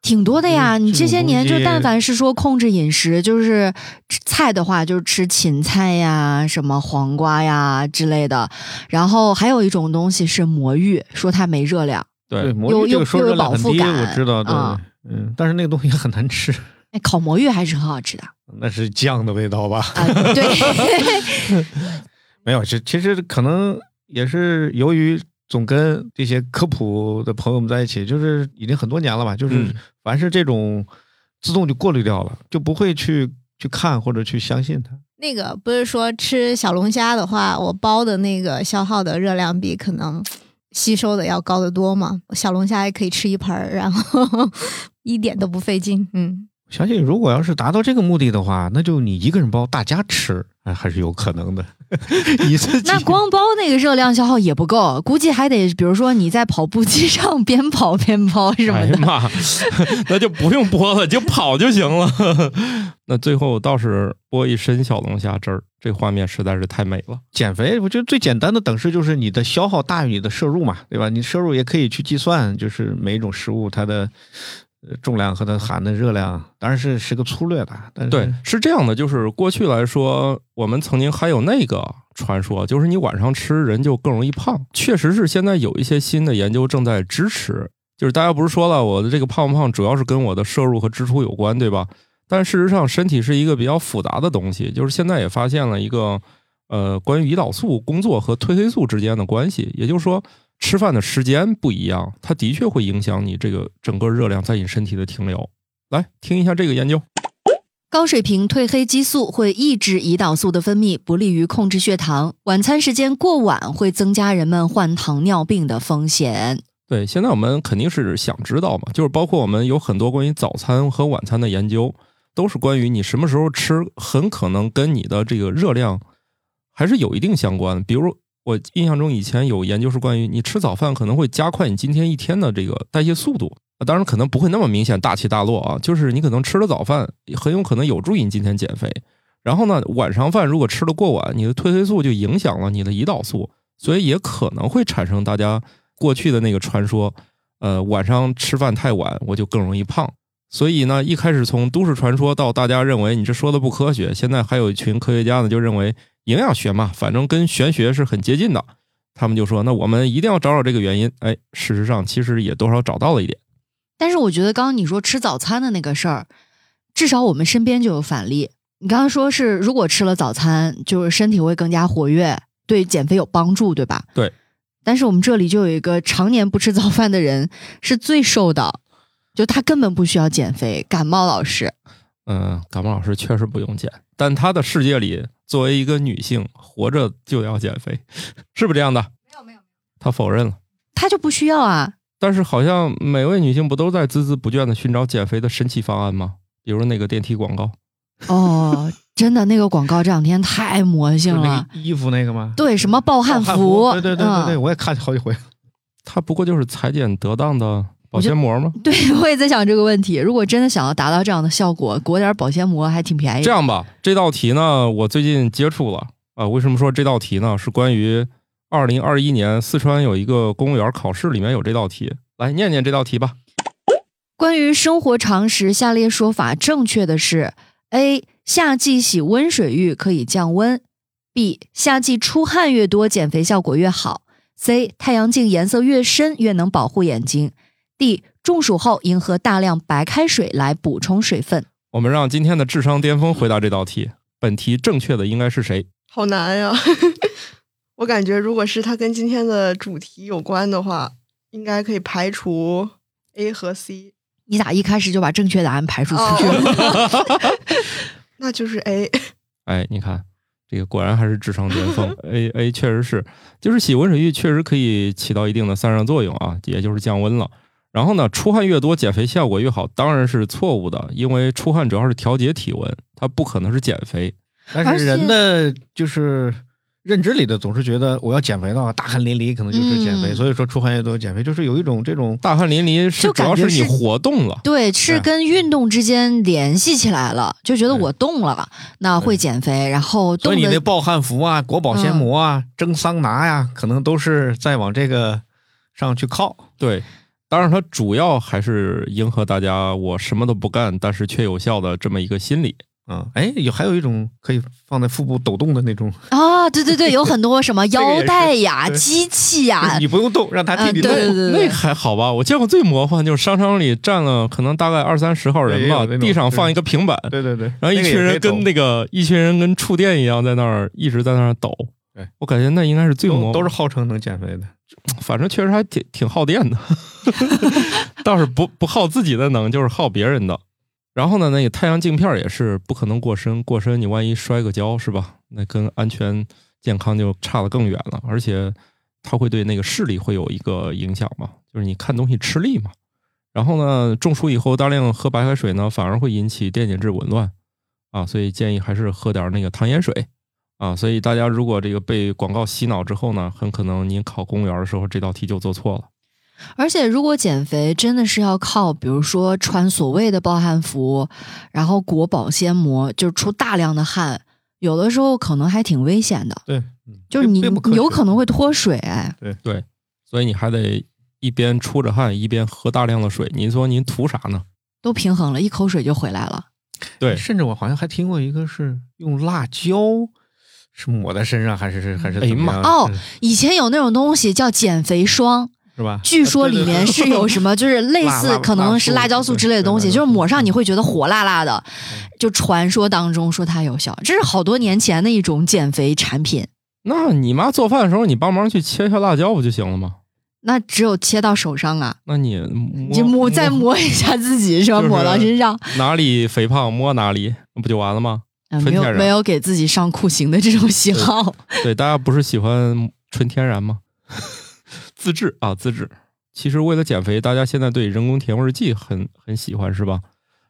B: 挺多的呀，
E: 嗯
B: 你这些年
E: 这
B: 就
E: 种东西
B: 但凡是说控制饮食，就是吃菜的话，就是吃芹菜呀、什么黄瓜呀之类的。然后还有一种东西是魔芋，说它没热量。
E: 对，
A: 对，
E: 魔
B: 有
E: 芋这
B: 有
E: 个说
B: 有
E: 热量
B: 饱
E: 很
B: 腹
E: 低，
B: 感
E: 我知道，对
B: 啊，
E: 嗯，但是那个东西很难吃，
B: 哎，烤魔芋还是很好吃的
E: 那是酱的味道吧？
B: 啊、对，
E: 没有，其其实可能也是由于总跟这些科普的朋友们在一起，就是已经很多年了吧，就是
A: 嗯
E: 凡是这种自动就过滤掉了，就不会去去看或者去相信它。
C: 那个不是说吃小龙虾的话，我包的那个消耗的热量比可能吸收的要高 得多吗？小龙虾也可以吃一盆儿，然后一点都不费劲。嗯，
E: 相信如果要是达到这个目的的话，那就你一个人包大家吃，哎，还是有可能的。 你自己
B: 那光包那个热量消耗也不够，估计还得比如说你在跑步机 上边跑边包什么
A: 哎
B: 的
A: 呀。妈， 那就不用播了，就跑就行了。 那最后倒是播一身小龙虾汁儿，这画面实在是太美了。
E: 减肥，我觉得最简单的等式就是你的消耗大于你的摄入嘛，对吧？你摄入也可以去计算，就是每一种食物它的呃重量和它含的热量，当然是是个粗略的，但是
A: 对，是这样的，就是过去来说，我们曾经还有那个传说，就是你晚上吃人就更容易胖。确实是现在有一些新的研究正在支持，就是大家不是说了，我的这个胖不胖主要是跟我的摄入和支出有关，对吧？但事实上，身体是一个比较复杂的东西，就是现在也发现了一个呃关于胰岛素工作和褪黑素之间的关系，也就是说。吃饭的时间不一样，它的确会影响你这个整个热量在你身体的停留。来听一下这个研究。
B: 高水平褪黑激素会抑制胰岛素的分泌，不利于控制血糖。晚餐时间过晚会增加人们患糖尿病的风险。
A: 对，现在我们肯定是想知道嘛，就是包括我们有很多关于早餐和晚餐的研究，都是关于你什么时候吃，很可能跟你的这个热量还是有一定相关的。比如我印象中以前有研究是关于你吃早饭可能会加快你今天一天的这个代谢速度，啊当然可能不会那么明显大起大落啊，就是你可能吃了早饭，很有可能有助于你今天减肥。然后呢，晚上饭如果吃的过晚，你的褪黑素就影响了你的胰岛素，所以也可能会产生大家过去的那个传说，呃，晚上吃饭太晚，我就更容易胖。所以呢，一开始从都市传说到大家认为你这说的不科学，现在还有一群科学家呢就认为营养学嘛，反正跟玄学是很接近的，他们就说那我们一定要找找这个原因。哎，事实上其实也多少找到了一点。
B: 但是我觉得刚刚你说吃早餐的那个事儿，至少我们身边就有反例。你刚刚说是如果吃了早餐，就是身体会更加活跃，对减肥有帮助，对吧？
A: 对。
B: 但是我们这里就有一个常年不吃早饭的人是最瘦的，就他根本不需要减肥。感冒老师，
A: 嗯，感冒老师确实不用减，但他的世界里，作为一个女性，活着就要减肥， 是不是这样的？没有没有，他否认了。
B: 他就不需要啊。
A: 但是好像每位女性不都在孜孜不倦的寻找减肥的神奇方案吗？比如那个电梯广告，
B: 哦，真的那个广告这两天太魔性
E: 就是那
B: 了。
E: 个衣服那个吗？
B: 啊对，什么暴汗服？
E: 对对对对对，
B: 嗯
E: 我也看好几回。
A: 它不过就是裁剪得当的保鲜膜吗？
B: 对，我也在想这个问题。如果真的想要达到这样的效果，裹点保鲜膜还挺便宜。
A: 这，样吧，这道题呢，我最近接触了啊。为什么说这道题呢？是关于二零二一年四川有一个公务员考试里面有这道题，来念念这道题吧。
B: 关于生活常识，下列说法正确的是：A. 夏季洗温水浴可以降温；B. 夏季出汗越多，减肥效果越好；C. 太阳镜颜色越深，越能保护眼睛；D. 中暑后应喝大量白开水来补充水分。
A: 我们让今天的智商巅峰回答这道题。本题正确的应该是谁？
D: 好难呀！ 我感觉如果是它跟今天的主题有关的话，应该可以排除 A 和 C，
B: 你咋一开始就把正确答案排除出去了？
D: 那就是 A。
A: 哎，你看，这个果然还是智商巅 峰。A A 确实是，就是洗温水浴确实可以起到一定的散热作用啊，也就是降温了。然后呢，出汗越多，减肥效果越好，当然是错误的，因为出汗主要是调节体温，它不可能是减肥。
E: 但是人的就是认知里的总是觉得我要减肥的话，大汗淋漓可能就是减肥，
B: 嗯
E: 所以说出汗越多减肥就是有一种这种
A: 大汗淋漓是
B: 就
A: 主
B: 感
A: 要
B: 觉
A: 是你
B: 是
A: 活动了，
B: 对，是
E: 对
B: 跟运动之间联系起来了，就觉得我动了，那会减肥，然后
E: 所
B: 动
E: 以你那
B: 的嗯
E: 暴汗服啊、裹保鲜膜啊、蒸桑拿呀、可能都是在往这个上去靠。
A: 对。当然，它主要还是迎合大家我什么都不干，但是却有效的这么一个心理。
E: 啊、哎，有还有一种可以放在腹部抖动的那种，
B: 啊，对对对，有很多 什么
E: 个也
B: 腰
E: 是
B: 带呀、
E: 对
B: 机器呀，
E: 你不用动，让它替
B: 嗯，对
E: 你动。
B: 对对
A: 那
B: 对
A: 个，还好吧，我见过最魔幻就是商场里站了可能大概二三十号人吧
E: 对也有那，种
A: 地上放一个平板，
E: 对对对，
A: 然后一群人跟
E: 那个
A: 那个一群人跟触电一样在那儿一直在那儿抖。
E: 对
A: 我感觉那应该是最
E: 也可以
A: 魔
E: 抖都
A: 幻
E: 都是号称能减肥的。
A: 反正确实还挺挺耗电的， 倒是不不耗自己的能，就是耗别人的。然后呢，那个太阳镜片儿也是不可能过深，过深你万一摔个跤是吧？那跟安全健康就差得更远了，而且它会对那个视力会有一个影响嘛，就是你看东西吃力嘛。然后呢，中暑以后大量喝白开水呢，反而会引起电解质紊乱啊，所以建议还是喝点那个糖盐水啊。所以大家如果这个被广告洗脑之后呢，很可能您考公务员的时候这道题就做错了。
B: 而且，如果减肥真的是要靠，比如说穿所谓的暴汗服，然后裹保鲜膜，就是出大量的汗，有的时候可能还挺危险的。
E: 对，
B: 就是你
E: 嗯并不科
B: 你
E: 学
B: 有可能会脱水，哎，
A: 所以你还得一边出着汗，一边喝大量的水。您说您图啥呢？
B: 都平衡了，一口水就回来了。
A: 对，
E: 甚至我好像还听过一个是用辣椒是抹在身上，还是还是
A: 哎呀
E: 怎么
A: 妈
E: 样？嗯
B: 哦，以前有那种东西叫减肥霜，
E: 是吧？
B: 据说里 面是有什么，就是类
E: 辣辣
B: 似可能是辣椒素之类的东西，
E: 辣椒素
B: 就是抹上你会觉得火辣辣的。就传说当中说它有效，这是好多年前的一种减肥产品。
A: 那你妈做饭的时候，你帮忙去切一下辣椒不就行了吗？
B: 那只有切到手上啊，
A: 那你摸
B: 你就摸再
A: 摸
B: 摸一下自己是吧？
A: 就是
B: 抹到身上，
A: 哪里肥胖摸哪里，那不就完了吗？
B: 啊
A: 纯
B: 没有
A: 天然
B: 没有给自己上酷刑的这种喜好。
A: 对，大家不是喜欢纯天然吗？ 自制啊，自制。其实为了减肥，大家现在对人工甜味儿剂很很喜欢，是吧？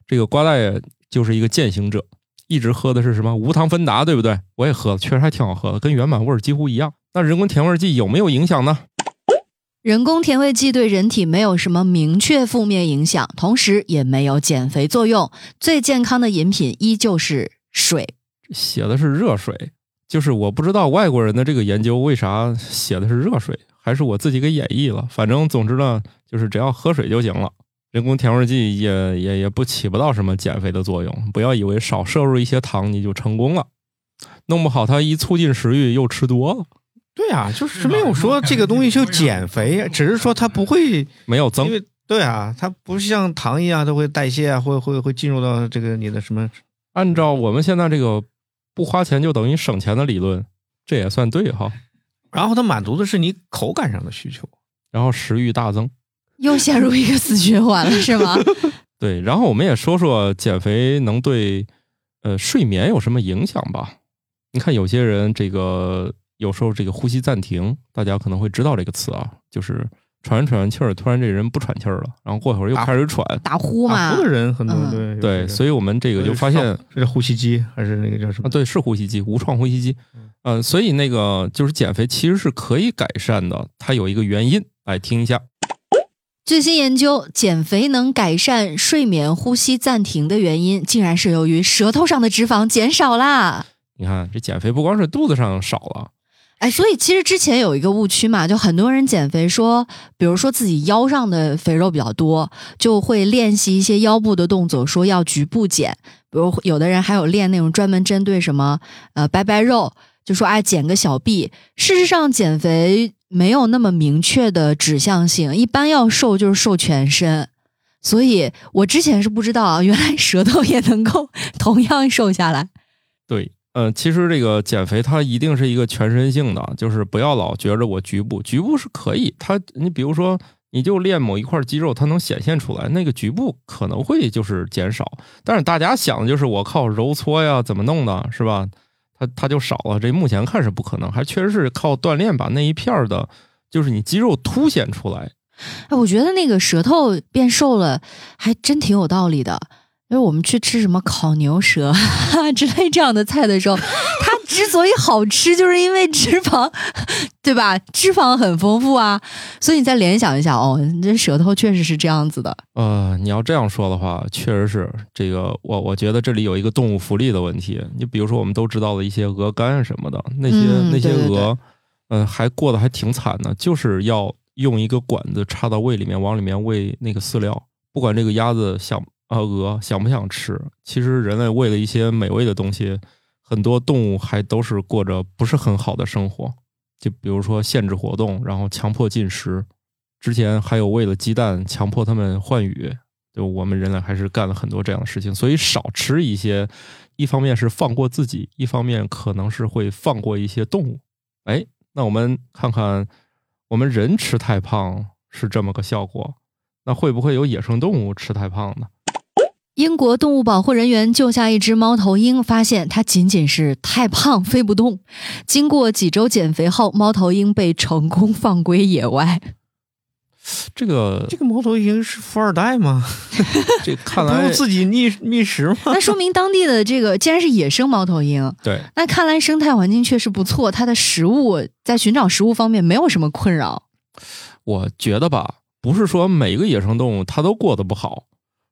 A: 这个瓜大爷就是一个践行者，一直喝的是什么无糖芬达，对不对？我也喝了，确实还挺好喝的，跟原版味儿几乎一样。那人工甜味儿剂有没有影响呢？
B: 人工甜味剂对人体没有什么明确负面影响，同时也没有减肥作用。最健康的饮品依旧是水。
A: 写的是热水，就是我不知道外国人的这个研究为啥写的是热水，还是我自己给演绎了。反正总之呢，就是只要喝水就行了。人工甜味剂也也也不起不到什么减肥的作用。不要以为少摄入一些糖你就成功了，弄不好它一促进食欲又吃多了，
E: 对啊，就是没有说这个东西就减肥，只是说它不会，
A: 没有增
E: 因。为对啊，它不像糖一样，它会代谢啊，会会会进入到这个你的什么
A: 按照我们现在这个不花钱就等于省钱的理论，这也算对哈。
E: 然后它满足的是你口感上的需求。
A: 然后食欲大增。
B: 又陷入一个死循环了，是吗？
A: 对，然后我们也说说减肥能对呃睡眠有什么影响吧。你看有些人这个有时候这个呼吸暂停，大家可能会知道这个词啊，就是喘着喘着气儿，突然这人不喘气儿了，然后过一会儿又
E: 打
A: 开始喘。
B: 打呼
E: 打
B: 嘛
E: 呼，的人很多，对
A: 嗯对，所以我们啊这
E: 这
A: 个就发现
E: 这是呼吸机还是那个叫什
A: 啊，？
E: 么
A: 对，是呼吸机，无创呼吸机。呃，所以那个就是减肥其实是可以改善的，它有一个原因，来听一下。
B: 最新研究，减肥能改善睡眠呼吸暂停的原因，竟然是由于舌头上的脂肪减少啦。
A: 你看这减肥不光是肚子上少了，
B: 哎，所以其实之前有一个误区嘛，就很多人减肥说，比如说自己腰上的肥肉比较多，就会练习一些腰部的动作，说要局部减。比如有的人还有练那种专门针对什么呃拜拜肉，就说哎减个小臂。事实上，减肥没有那么明确的指向性，一般要瘦就是瘦全身。所以我之前是不知道啊，原来舌头也能够 同样瘦下来。
A: 对，呃，其实这个减肥它一定是一个全身性的，啊就是不要老觉着我局部，局部是可以，它你比如说你就练某一块肌肉，它能显现出来，那个局部可能会就是减少，但是大家想的就是我靠揉搓呀，怎么弄的，是吧？它它就少了，这目前看是不可能，还确实是靠锻炼把那一片儿的，就是你肌肉凸显出来，
B: 哎，我觉得那个舌头变瘦了，还真挺有道理的。因为我们去吃什么烤牛舌啊之类这样的菜的时候，它之所以好吃，就是因为脂肪，对吧？脂肪很丰富啊，所以你再联想一下哦，你这舌头确实是这样子的。
A: 呃，你要这样说的话，确实是这个。我我觉得这里有一个动物福利的问题。你比如说，我们都知道的一些鹅肝什么的，那些、
B: 嗯
A: 那些
B: 对对对
A: 鹅，嗯、还过得还挺惨的，就是要用一个管子插到胃里面，往里面喂那个饲料。不管这个鸭子想啊、鹅想不想吃，其实人类为了一些美味的东西，很多动物还都是过着不是很好的生活。就比如说限制活动，然后强迫进食。之前还有为了鸡蛋强迫他们换羽，就我们人类还是干了很多这样的事情，所以少吃一些，一方面是放过自己，一方面可能是会放过一些动物。哎，那我们看看，我们人吃太胖是这么个效果，那会不会有野生动物吃太胖呢？
B: 英国动物保护人员救下一只猫头鹰，发现它仅仅是太胖飞不动。经过几周减肥后，猫头鹰被成功放归野外。
A: 这个
E: 这个猫头鹰是富二代吗？
A: 这看
E: 不
A: 来
E: 用自己觅觅食吗？
B: 那说明当地的这个既然是野生猫头鹰，
A: 对
B: 那看来生态环境确实不错，它的食物在寻找食物方面没有什么困扰。
A: 我觉得吧，不是说每一个野生动物它都过得不好，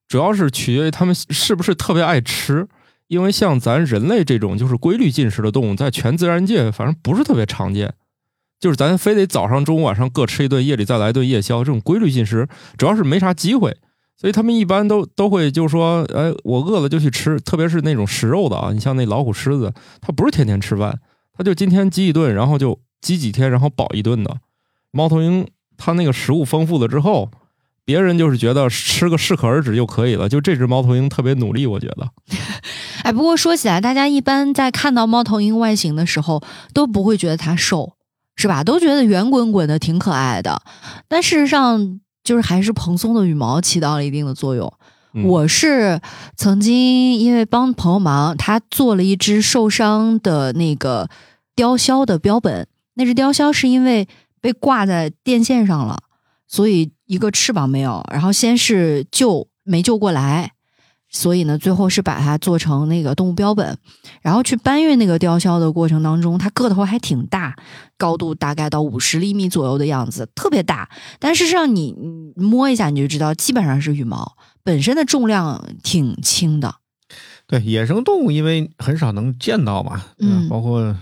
A: 主要是取决于它们是不是特别爱吃。因为像咱人类这种就是规律进食的动物，在全自然界反正不是特别常见。就是咱非得早上、中午、晚上各吃一顿，夜里再来一顿夜宵，这种规律进食主要是没啥机会，所以他们一般都都会就是说，哎，我饿了就去吃，特别是那种食肉的啊，你像那老虎、狮子，它不是天天吃饭，它就今天饥一顿，然后就饥几天，然后饱一顿的。猫头鹰它那个食物丰富了之后，别人就是觉得吃个适可而止就可以了。就这只猫头鹰特别努力，我觉得
B: 哎，不过说起来，大家一般在看到猫头鹰外形的时候，都不会觉得它瘦，是吧？都觉得圆滚滚的，挺可爱的。但事实上，就是还是蓬松的羽毛起到了一定的作用。
A: 嗯
B: 我是曾经因为帮朋友忙，他做了一只受伤的那个雕鸮的标本。那只雕鸮是因为被挂在电线上了，所以一个翅膀没有，然后先是救没救过来，所以呢，最后是把它做成那个动物标本，然后去搬运那个雕鸮的过程当中，它个头还挺大，高度大概到五十厘米左右的样子，特别大。但事实上你，你摸一下你就知道，基本上是羽毛，本身的重量挺轻的。
E: 对，野生动物因为很少能见到嘛，对吧
B: 嗯
E: 包括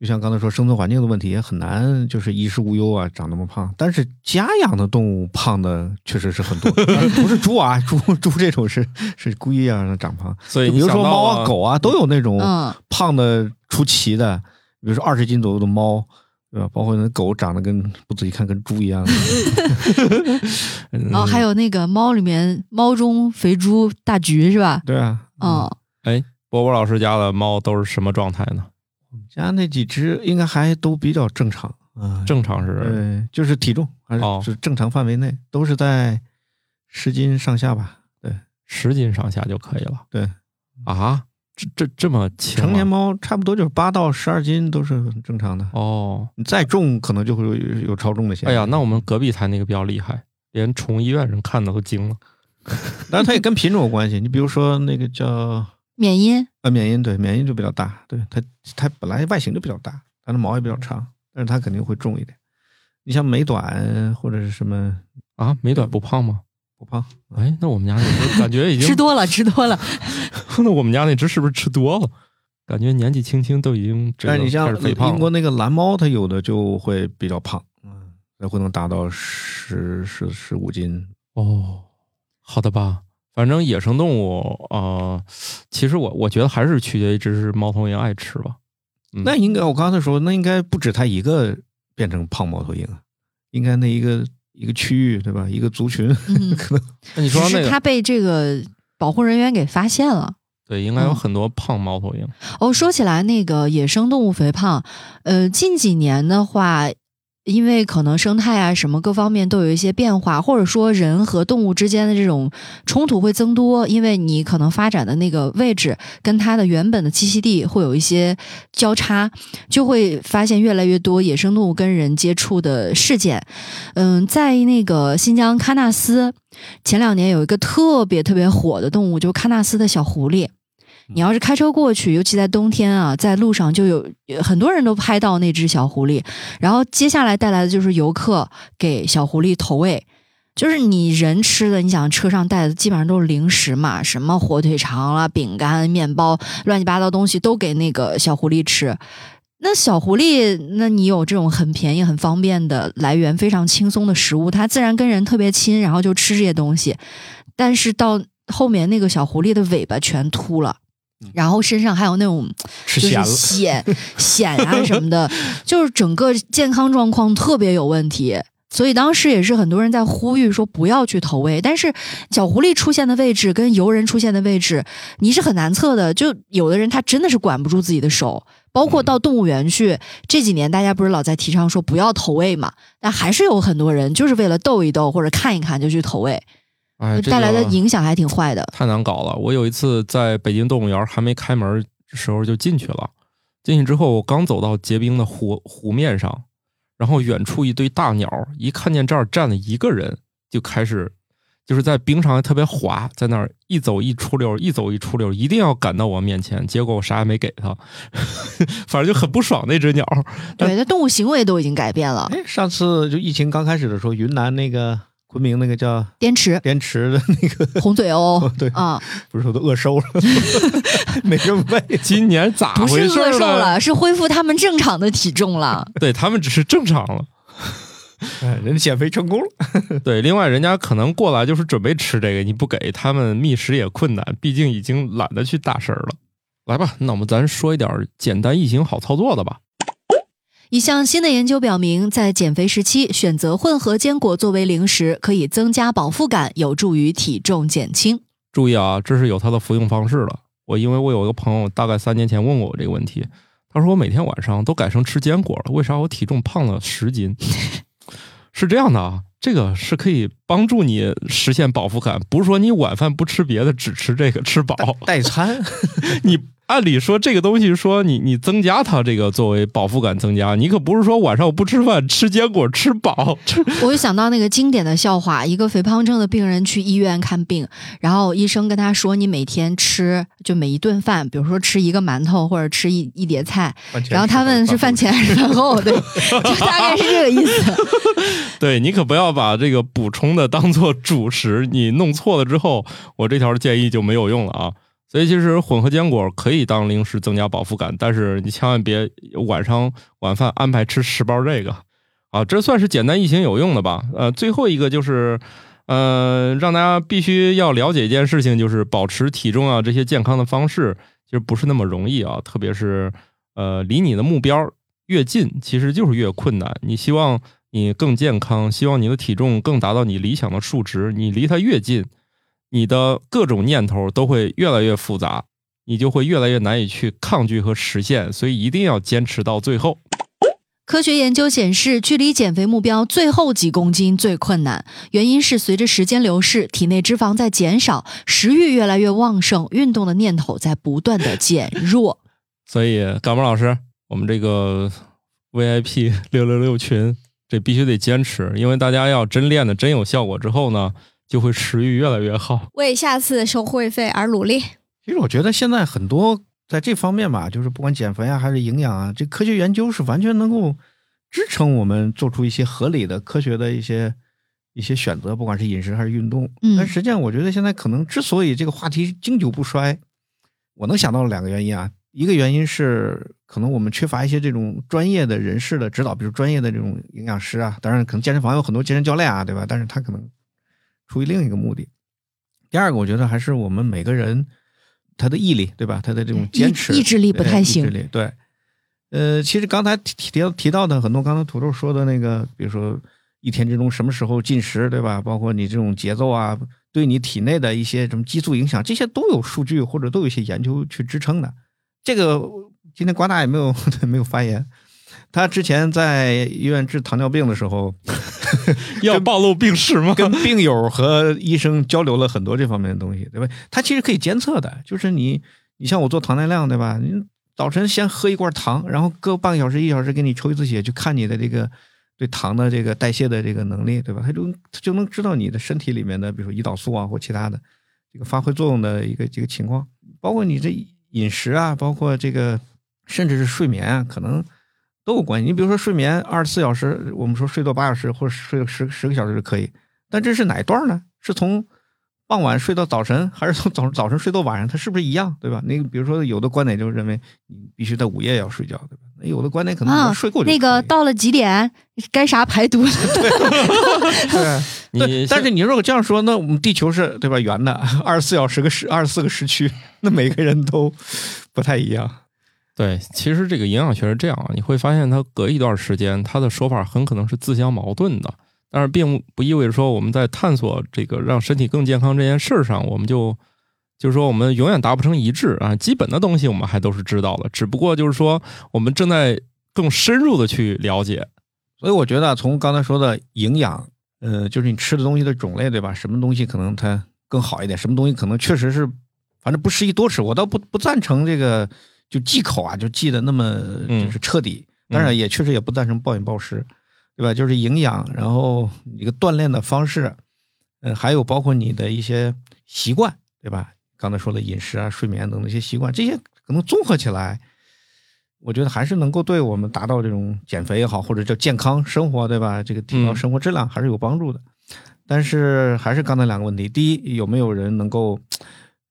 E: 就像刚才说生存环境的问题，也很难就是衣食无忧啊，长那么胖。但是家养的动物胖的确实是很 多，当然不是猪啊，猪猪这种是是故意让它长胖。
A: 所以
E: 就
A: 你
E: 比如
A: 想
E: 说
A: 到
E: 猫啊、
A: 了
E: 狗啊，都有那种
B: 嗯，
E: 胖的出奇的，比如说二十斤左右的猫。对吧？包括那狗长得跟不仔细看跟猪一 样的，
A: 嗯
B: 然后还有那个猫里面猫中肥猪大橘是吧？
E: 对啊，
B: 嗯，
A: 波波老师家的猫都是什么状态呢？
E: 家那几只应该还都比较正常啊，
A: 正常是
E: 对，就是体重还是
A: 哦
E: 是正常范围内，都是在十斤上下吧。对，
A: 十斤上下就可以了。
E: 对
A: 啊，这这这么轻啊、
E: 成年猫差不多就是八到十二斤都是很正常的，
A: 哦，
E: 你再重可能就会有有超重的现
A: 哎
E: 象。
A: 呀，那我们隔壁台那个比较厉害，连宠物医院人看的都惊了。
E: 但是它也跟品种有关系，你比如说那个叫
B: 缅因
E: 呃缅因，对，缅因就比较大，对它它本来外形就比较大，它的毛也比较长，但是它肯定会重一点。你像美短或者是什么
A: 啊，美短不胖吗？
E: 不胖，
A: 哎，那我们家那只感觉已经
B: 吃多了，吃多了。
A: 那我们家那只是不是吃多了？感觉年纪轻轻都已经这
E: 但
A: 个
E: 是你像
A: 开始肥
E: 英
A: 胖了。
E: 国那个蓝猫，它有的就会比较胖，嗯，那会能达到十十十五斤。
A: 哦，好的吧，反正野生动物啊、呃其实我我觉得还是取决于只是猫头鹰爱吃吧。嗯
E: 那应该我刚才说，那应该不止它一个变成胖猫头鹰啊，应该那一个一个区域对吧？一个族群
B: 嗯，
E: 可能
A: 那你
B: 只
A: 说那
B: 是
A: 个
B: 它被这个保护人员给发现了。
A: 对，应该有
B: 嗯
A: 很多胖猫头鹰。
B: 哦，说起来那个野生动物肥胖，呃，近几年的话，因为可能生态啊什么各方面都有一些变化，或者说人和动物之间的这种冲突会增多，因为你可能发展的那个位置跟它的原本的栖息地会有一些交叉，就会发现越来越多野生动物跟人接触的事件。嗯，在那个新疆喀纳斯，前两年有一个特别特别火的动物，就是喀纳斯的小狐狸。你要是开车过去，尤其在冬天啊，在路上就有呃很多人都拍到那只小狐狸，然后接下来带来的就是游客给小狐狸投喂。就是你人吃的，你想车上带的基本上都是零食嘛，什么火腿肠啦、饼干、面包，乱七八糟东西都给那个小狐狸吃。那小狐狸，那你有这种很便宜、很方便的来源，非常轻松的食物，它自然跟人特别亲，然后就吃这些东西。但是到后面那个小狐狸的尾巴全秃了，然后身上还有那种
E: 吃
B: 就是
E: 咸了。
B: 癣 癣啊什么的，就是整个健康状况特别有问题。所以当时也是很多人在呼吁说不要去投喂，但是小狐狸出现的位置跟游人出现的位置，你是很难测的。就有的人他真的是管不住自己的手，包括到动物园去，这几年大家不是老在提倡说不要投喂嘛，但还是有很多人就是为了逗一逗或者看一看就去投喂，
A: 哎，这
B: 呃带来的
A: 个哎
B: 影响还挺坏的。
A: 太难搞了。我有一次在北京动物园还没开门的时候就进去了，进去之后我刚走到结冰的湖湖面上，然后远处一堆大鸟，一看见这儿站了一个人，就开始就是在冰上还特别滑，在那儿一走一出溜，一走一出溜，一定要赶到我面前。结果我啥也没给他， 反正就很不爽那只鸟。
B: 对，它动物行为都已经改变了。
E: 哎，上次就疫情刚开始的时候，云南那个昆明那个叫
B: 滇池、
E: 滇池的那个，
B: 红嘴 鸥
E: 对，
B: 啊，
E: 不是说都饿瘦了， 没 人喂。
A: 今年咋
B: 不是
A: 回事
B: 饿
A: 儿
B: 瘦了，是恢复它们正常的体重了。
A: 对他们只是正常了。
E: 哎，人家减肥成功了，
A: 对，另外人家可能过来就是准备吃这个，你不给他们觅食也困难，毕竟已经懒得去打食儿了。来吧，那我们咱说一点儿简单易行、好操作的吧。
B: 一项新的研究表明，在减肥时期选择混合坚果作为零食，可以增加饱腹感，有助于体重减轻。
A: 注意啊，这是有它的服用方式的。我因为我有一个朋友，大概三年前问过我这个问题，他说我每天晚上都改成吃坚果了，为啥我体重胖了十斤？ 是这样的啊，这个是可以帮助你实现饱腹感，不是说你晚饭不吃别的，只吃这个吃饱。
E: 代餐，
A: 你按理说这个东西，说你你增加它这个作为饱腹感增加，你可不是说晚上我不吃饭吃坚果吃饱，吃
B: 我就想到那个经典的笑话：一个肥胖症的病人去医院看病，然后医生跟他说：“你每天吃就每一顿饭，比如说吃一个馒头或者吃一一碟菜。”然后他问是饭前还是饭后， 对，就大概是这个意思。
A: 对你可不要把这个补充的当做主食，你弄错了之后，我这条建议就没有用了啊。所以其实混合坚果可以当零食增加饱腹感，但是你千万别晚上晚饭安排吃十包这个啊，这算是简单易行有用的吧？呃，最后一个就是。呃，让大家必须要了解一件事情，就是保持体重啊这些健康的方式，其实不是那么容易啊。特别是呃，离你的目标越近，其实就是越困难。你希望你更健康，希望你的体重更达到你理想的数值，你离它越近，你的各种念头都会越来越复杂，你就会越来越难以去抗拒和实现。所以一定要坚持到最后。
B: 科学研究显示，距离减肥目标最后几公斤最困难，原因是随着时间流逝，体内脂肪在减少，食欲越来越旺盛，运动的念头在不断的减弱。
A: 所以，感冒老师，我们这个 VIP 六六六群，这必须得坚持，因为大家要真练的真有效果之后呢，就会食欲越来越 好。
C: 为下次收会费而努力。
E: 其实我觉得现在很多在这方面吧，就是不管减肥啊还是营养啊，这科学研究是完全能够支撑我们做出一些合理的、科学的一些一些选择，不管是饮食还是运动。
B: 嗯
E: 但实际上，我觉得现在可能之所以这个话题经久不衰，我能想到两个原因啊。一个原因是可能我们缺乏一些这种专业的人士的指导，比如专业的这种营养师啊，当然可能健身房有很多健身教练啊，对吧？但是他可能出于另一个目的。第二个，我觉得还是我们每个人他的毅力，对吧？他的这种坚
B: 嗯
E: 持、
B: 意意志力不
E: 对
B: 太
E: 意志
B: 行
E: 力对，呃，其实刚才提提到提到的很多，刚才土豆说的那个，比如说一天之中什么时候进食，对吧？包括你这种节奏啊，对你体内的一些什么激素影响，这些都有数据或者都有一些研究去支撑的。这个今天瓜大也没有 没有发言。他之前在医院治糖尿病的时候，
A: 要暴露病史吗？
E: 跟病友和医生交流了很多这方面的东西，对吧？它其实可以监测的，就是你，你像我做糖耐量，对吧？你早晨先喝一罐糖，然后隔半个小时、一小时给你抽一次血，就看你的这个对糖的这个代谢的这个能力，对吧？它就它就能知道你的身体里面的，比如说胰岛素啊或其他的这个发挥作用的一个这个情况，包括你这饮食啊，包括这个甚至是睡眠啊，可能。都有关系。你比如说睡眠二十四小时，我们说睡到八小时或者睡十十个小时就可以，但这是哪一段呢？是从傍晚睡到早晨，还是从早早晨睡到晚上？它是不是一样，对吧？那个比如说，有的观点就认为你必须在午夜要睡觉，对吧？那有的观点可能
B: 啊
E: 你睡过就可以、
B: 那个到了几点该啥排毒？
E: 对，对
A: 你
E: 但是你如果这样说，那我们地球是对吧圆的，二十四小时个时二十四个时区， 那每个人都不太一样。
A: 对，其实这个营养学是这样啊，你会发现它隔一段时间，它的说法很可能是自相矛盾的，但是并不意味着说我们在探索这个让身体更健康这件事儿上，我们就就是说我们永远达不成一致啊。基本的东西我们还都是知道的，只不过就是说我们正在更深入的去了解。
E: 所以我觉得啊从刚才说的营养，呃，就是你吃的东西的种类，对吧？什么东西可能它更好一点，什么东西可能确实是，反正不适宜多吃。我倒不不赞成这个就忌口啊，就忌的那么
A: 嗯
E: 就是彻底。
A: 嗯
E: 当然也确实也不赞成暴饮暴食，对吧？就是营养，然后一个锻炼的方式，嗯，还有包括你的一些习惯，对吧？刚才说的饮食啊、睡眠等等一些习惯，这些可能综合起来，我觉得还是能够对我们达到这种减肥也好，或者叫健康生活，对吧？这个提高
A: 嗯
E: 生活质量还是有帮助的。但是还是刚才两个问题，第一，有没有人能够？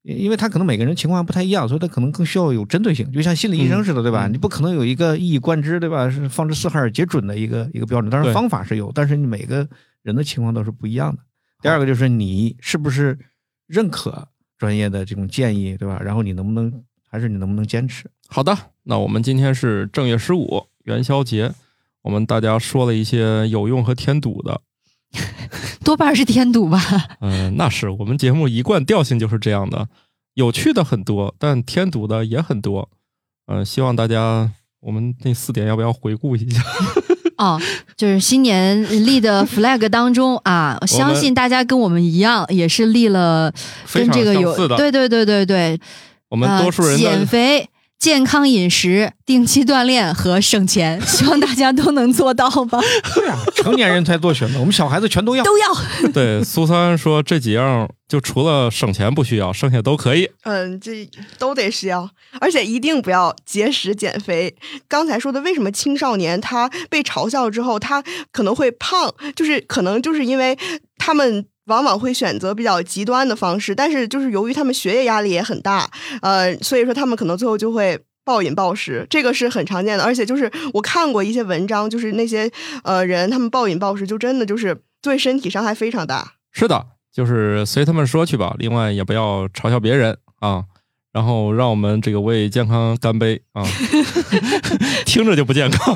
E: 因为他可能每个人情况不太一样，所以他可能更需要有针对性，就像心理医生似的，对吧？
A: 嗯
E: 你不可能有一个一以贯之，对吧？是放之四海而皆准的一个一个标准，当然
A: 对
E: 方法是有，但是你每个人的情况都是不一样的。第二个就是你是不是认可专业的这种建议，对吧？然后你能不能还是你能不能坚持？
A: 好的，那我们今天是正月十五元宵节，我们大家说了一些有用和添堵的。
B: 多半是添堵吧。
A: 嗯、那是我们节目一贯调性就是这样的，有趣的很多，但添堵的也很多。嗯、希望大家我们那四点要不要回顾一下？
B: 哦，就是新年立的 flag 当中啊，相信大家跟我们一样，也是立了
A: 非
B: 跟
A: 常
B: 这个
A: 相
B: 有
A: 似的，
B: 对对对对对，
A: 我们多数人
B: 呃、
A: 的、
B: 减肥、健康饮食、定期锻炼和 省钱，希望大家都能做到吧，
E: 对啊，成年人才做选择，我们小孩子全都要。
B: 都要。
A: 对苏三说这几样就除了省钱不需要，剩下都可以。
D: 嗯，这都得是要，而且一定不要节食减肥。刚才说的，为什么青少年他被嘲笑之后，他可能会胖，就是可能就是因为他们往往会选择比较极端的方式，但是就是由于他们学业压力也很大，呃，所以说他们可能最后就会。暴饮暴食，这个是很常见的，而且就是我看过一些文章，就是那些呃人，他们暴饮暴食，就真的就是对身体伤害非常大。
A: 是的，就是随他们说去吧。另外，也不要嘲笑别人啊。然后，让我们这个为健康干杯 啊！听着就不健康。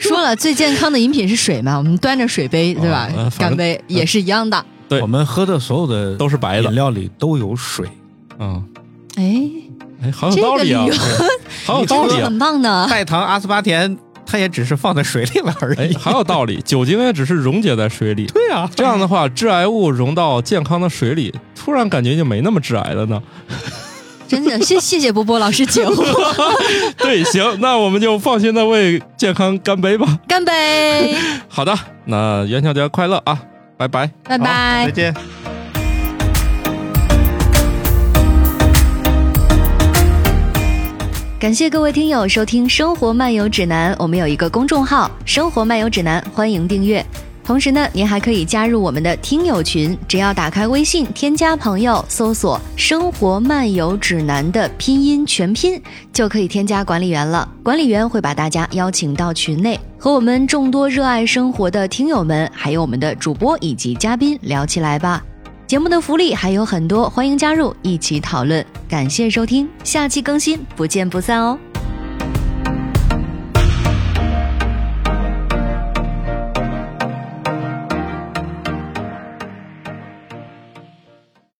B: 说了，最健康的饮品是水嘛，我们端着水杯，对吧？
A: 哦呃反正
B: 干杯也是一样的。
A: 对
E: 我们喝的所有的
A: 都是白的
E: 饮料里都有水，
A: 嗯，
B: 哎，
A: 哎，好有道理啊
B: 这个理，
A: 好有道
E: 对
A: 理啊，
E: 呀
B: 很棒呢。
E: 代糖阿斯巴甜它也只是放在水里了而
A: 哎
E: 已。，
A: 好有道理。酒精也只是溶解在水里，
E: 对啊，
A: 这样的话，致癌物溶到健康的水里，突然感觉就没那么致癌了呢。
B: 真的，谢谢谢波波老师解惑，
A: 对，行，那我们就放心的为健康干杯吧。
B: 干杯，
A: 好的，那元宵节快乐啊，拜拜。
B: 拜
E: 好
B: 拜
E: 再。见。
F: 感谢各位听友收听《生活漫游指南》，我们有一个公众号《生活漫游指南》，欢迎订阅。同时呢，您还可以加入我们的听友群，只要打开微信添加朋友，搜索“生活漫游指南”的拼音全拼，就可以添加管理员了。管理员会把大家邀请到群内，和我们众多热爱生活的听友们，还有我们的主播以及嘉宾聊起来吧。节目的福利还有很多，欢迎加入一起讨论。感谢收听，下期更新，不见不散哦。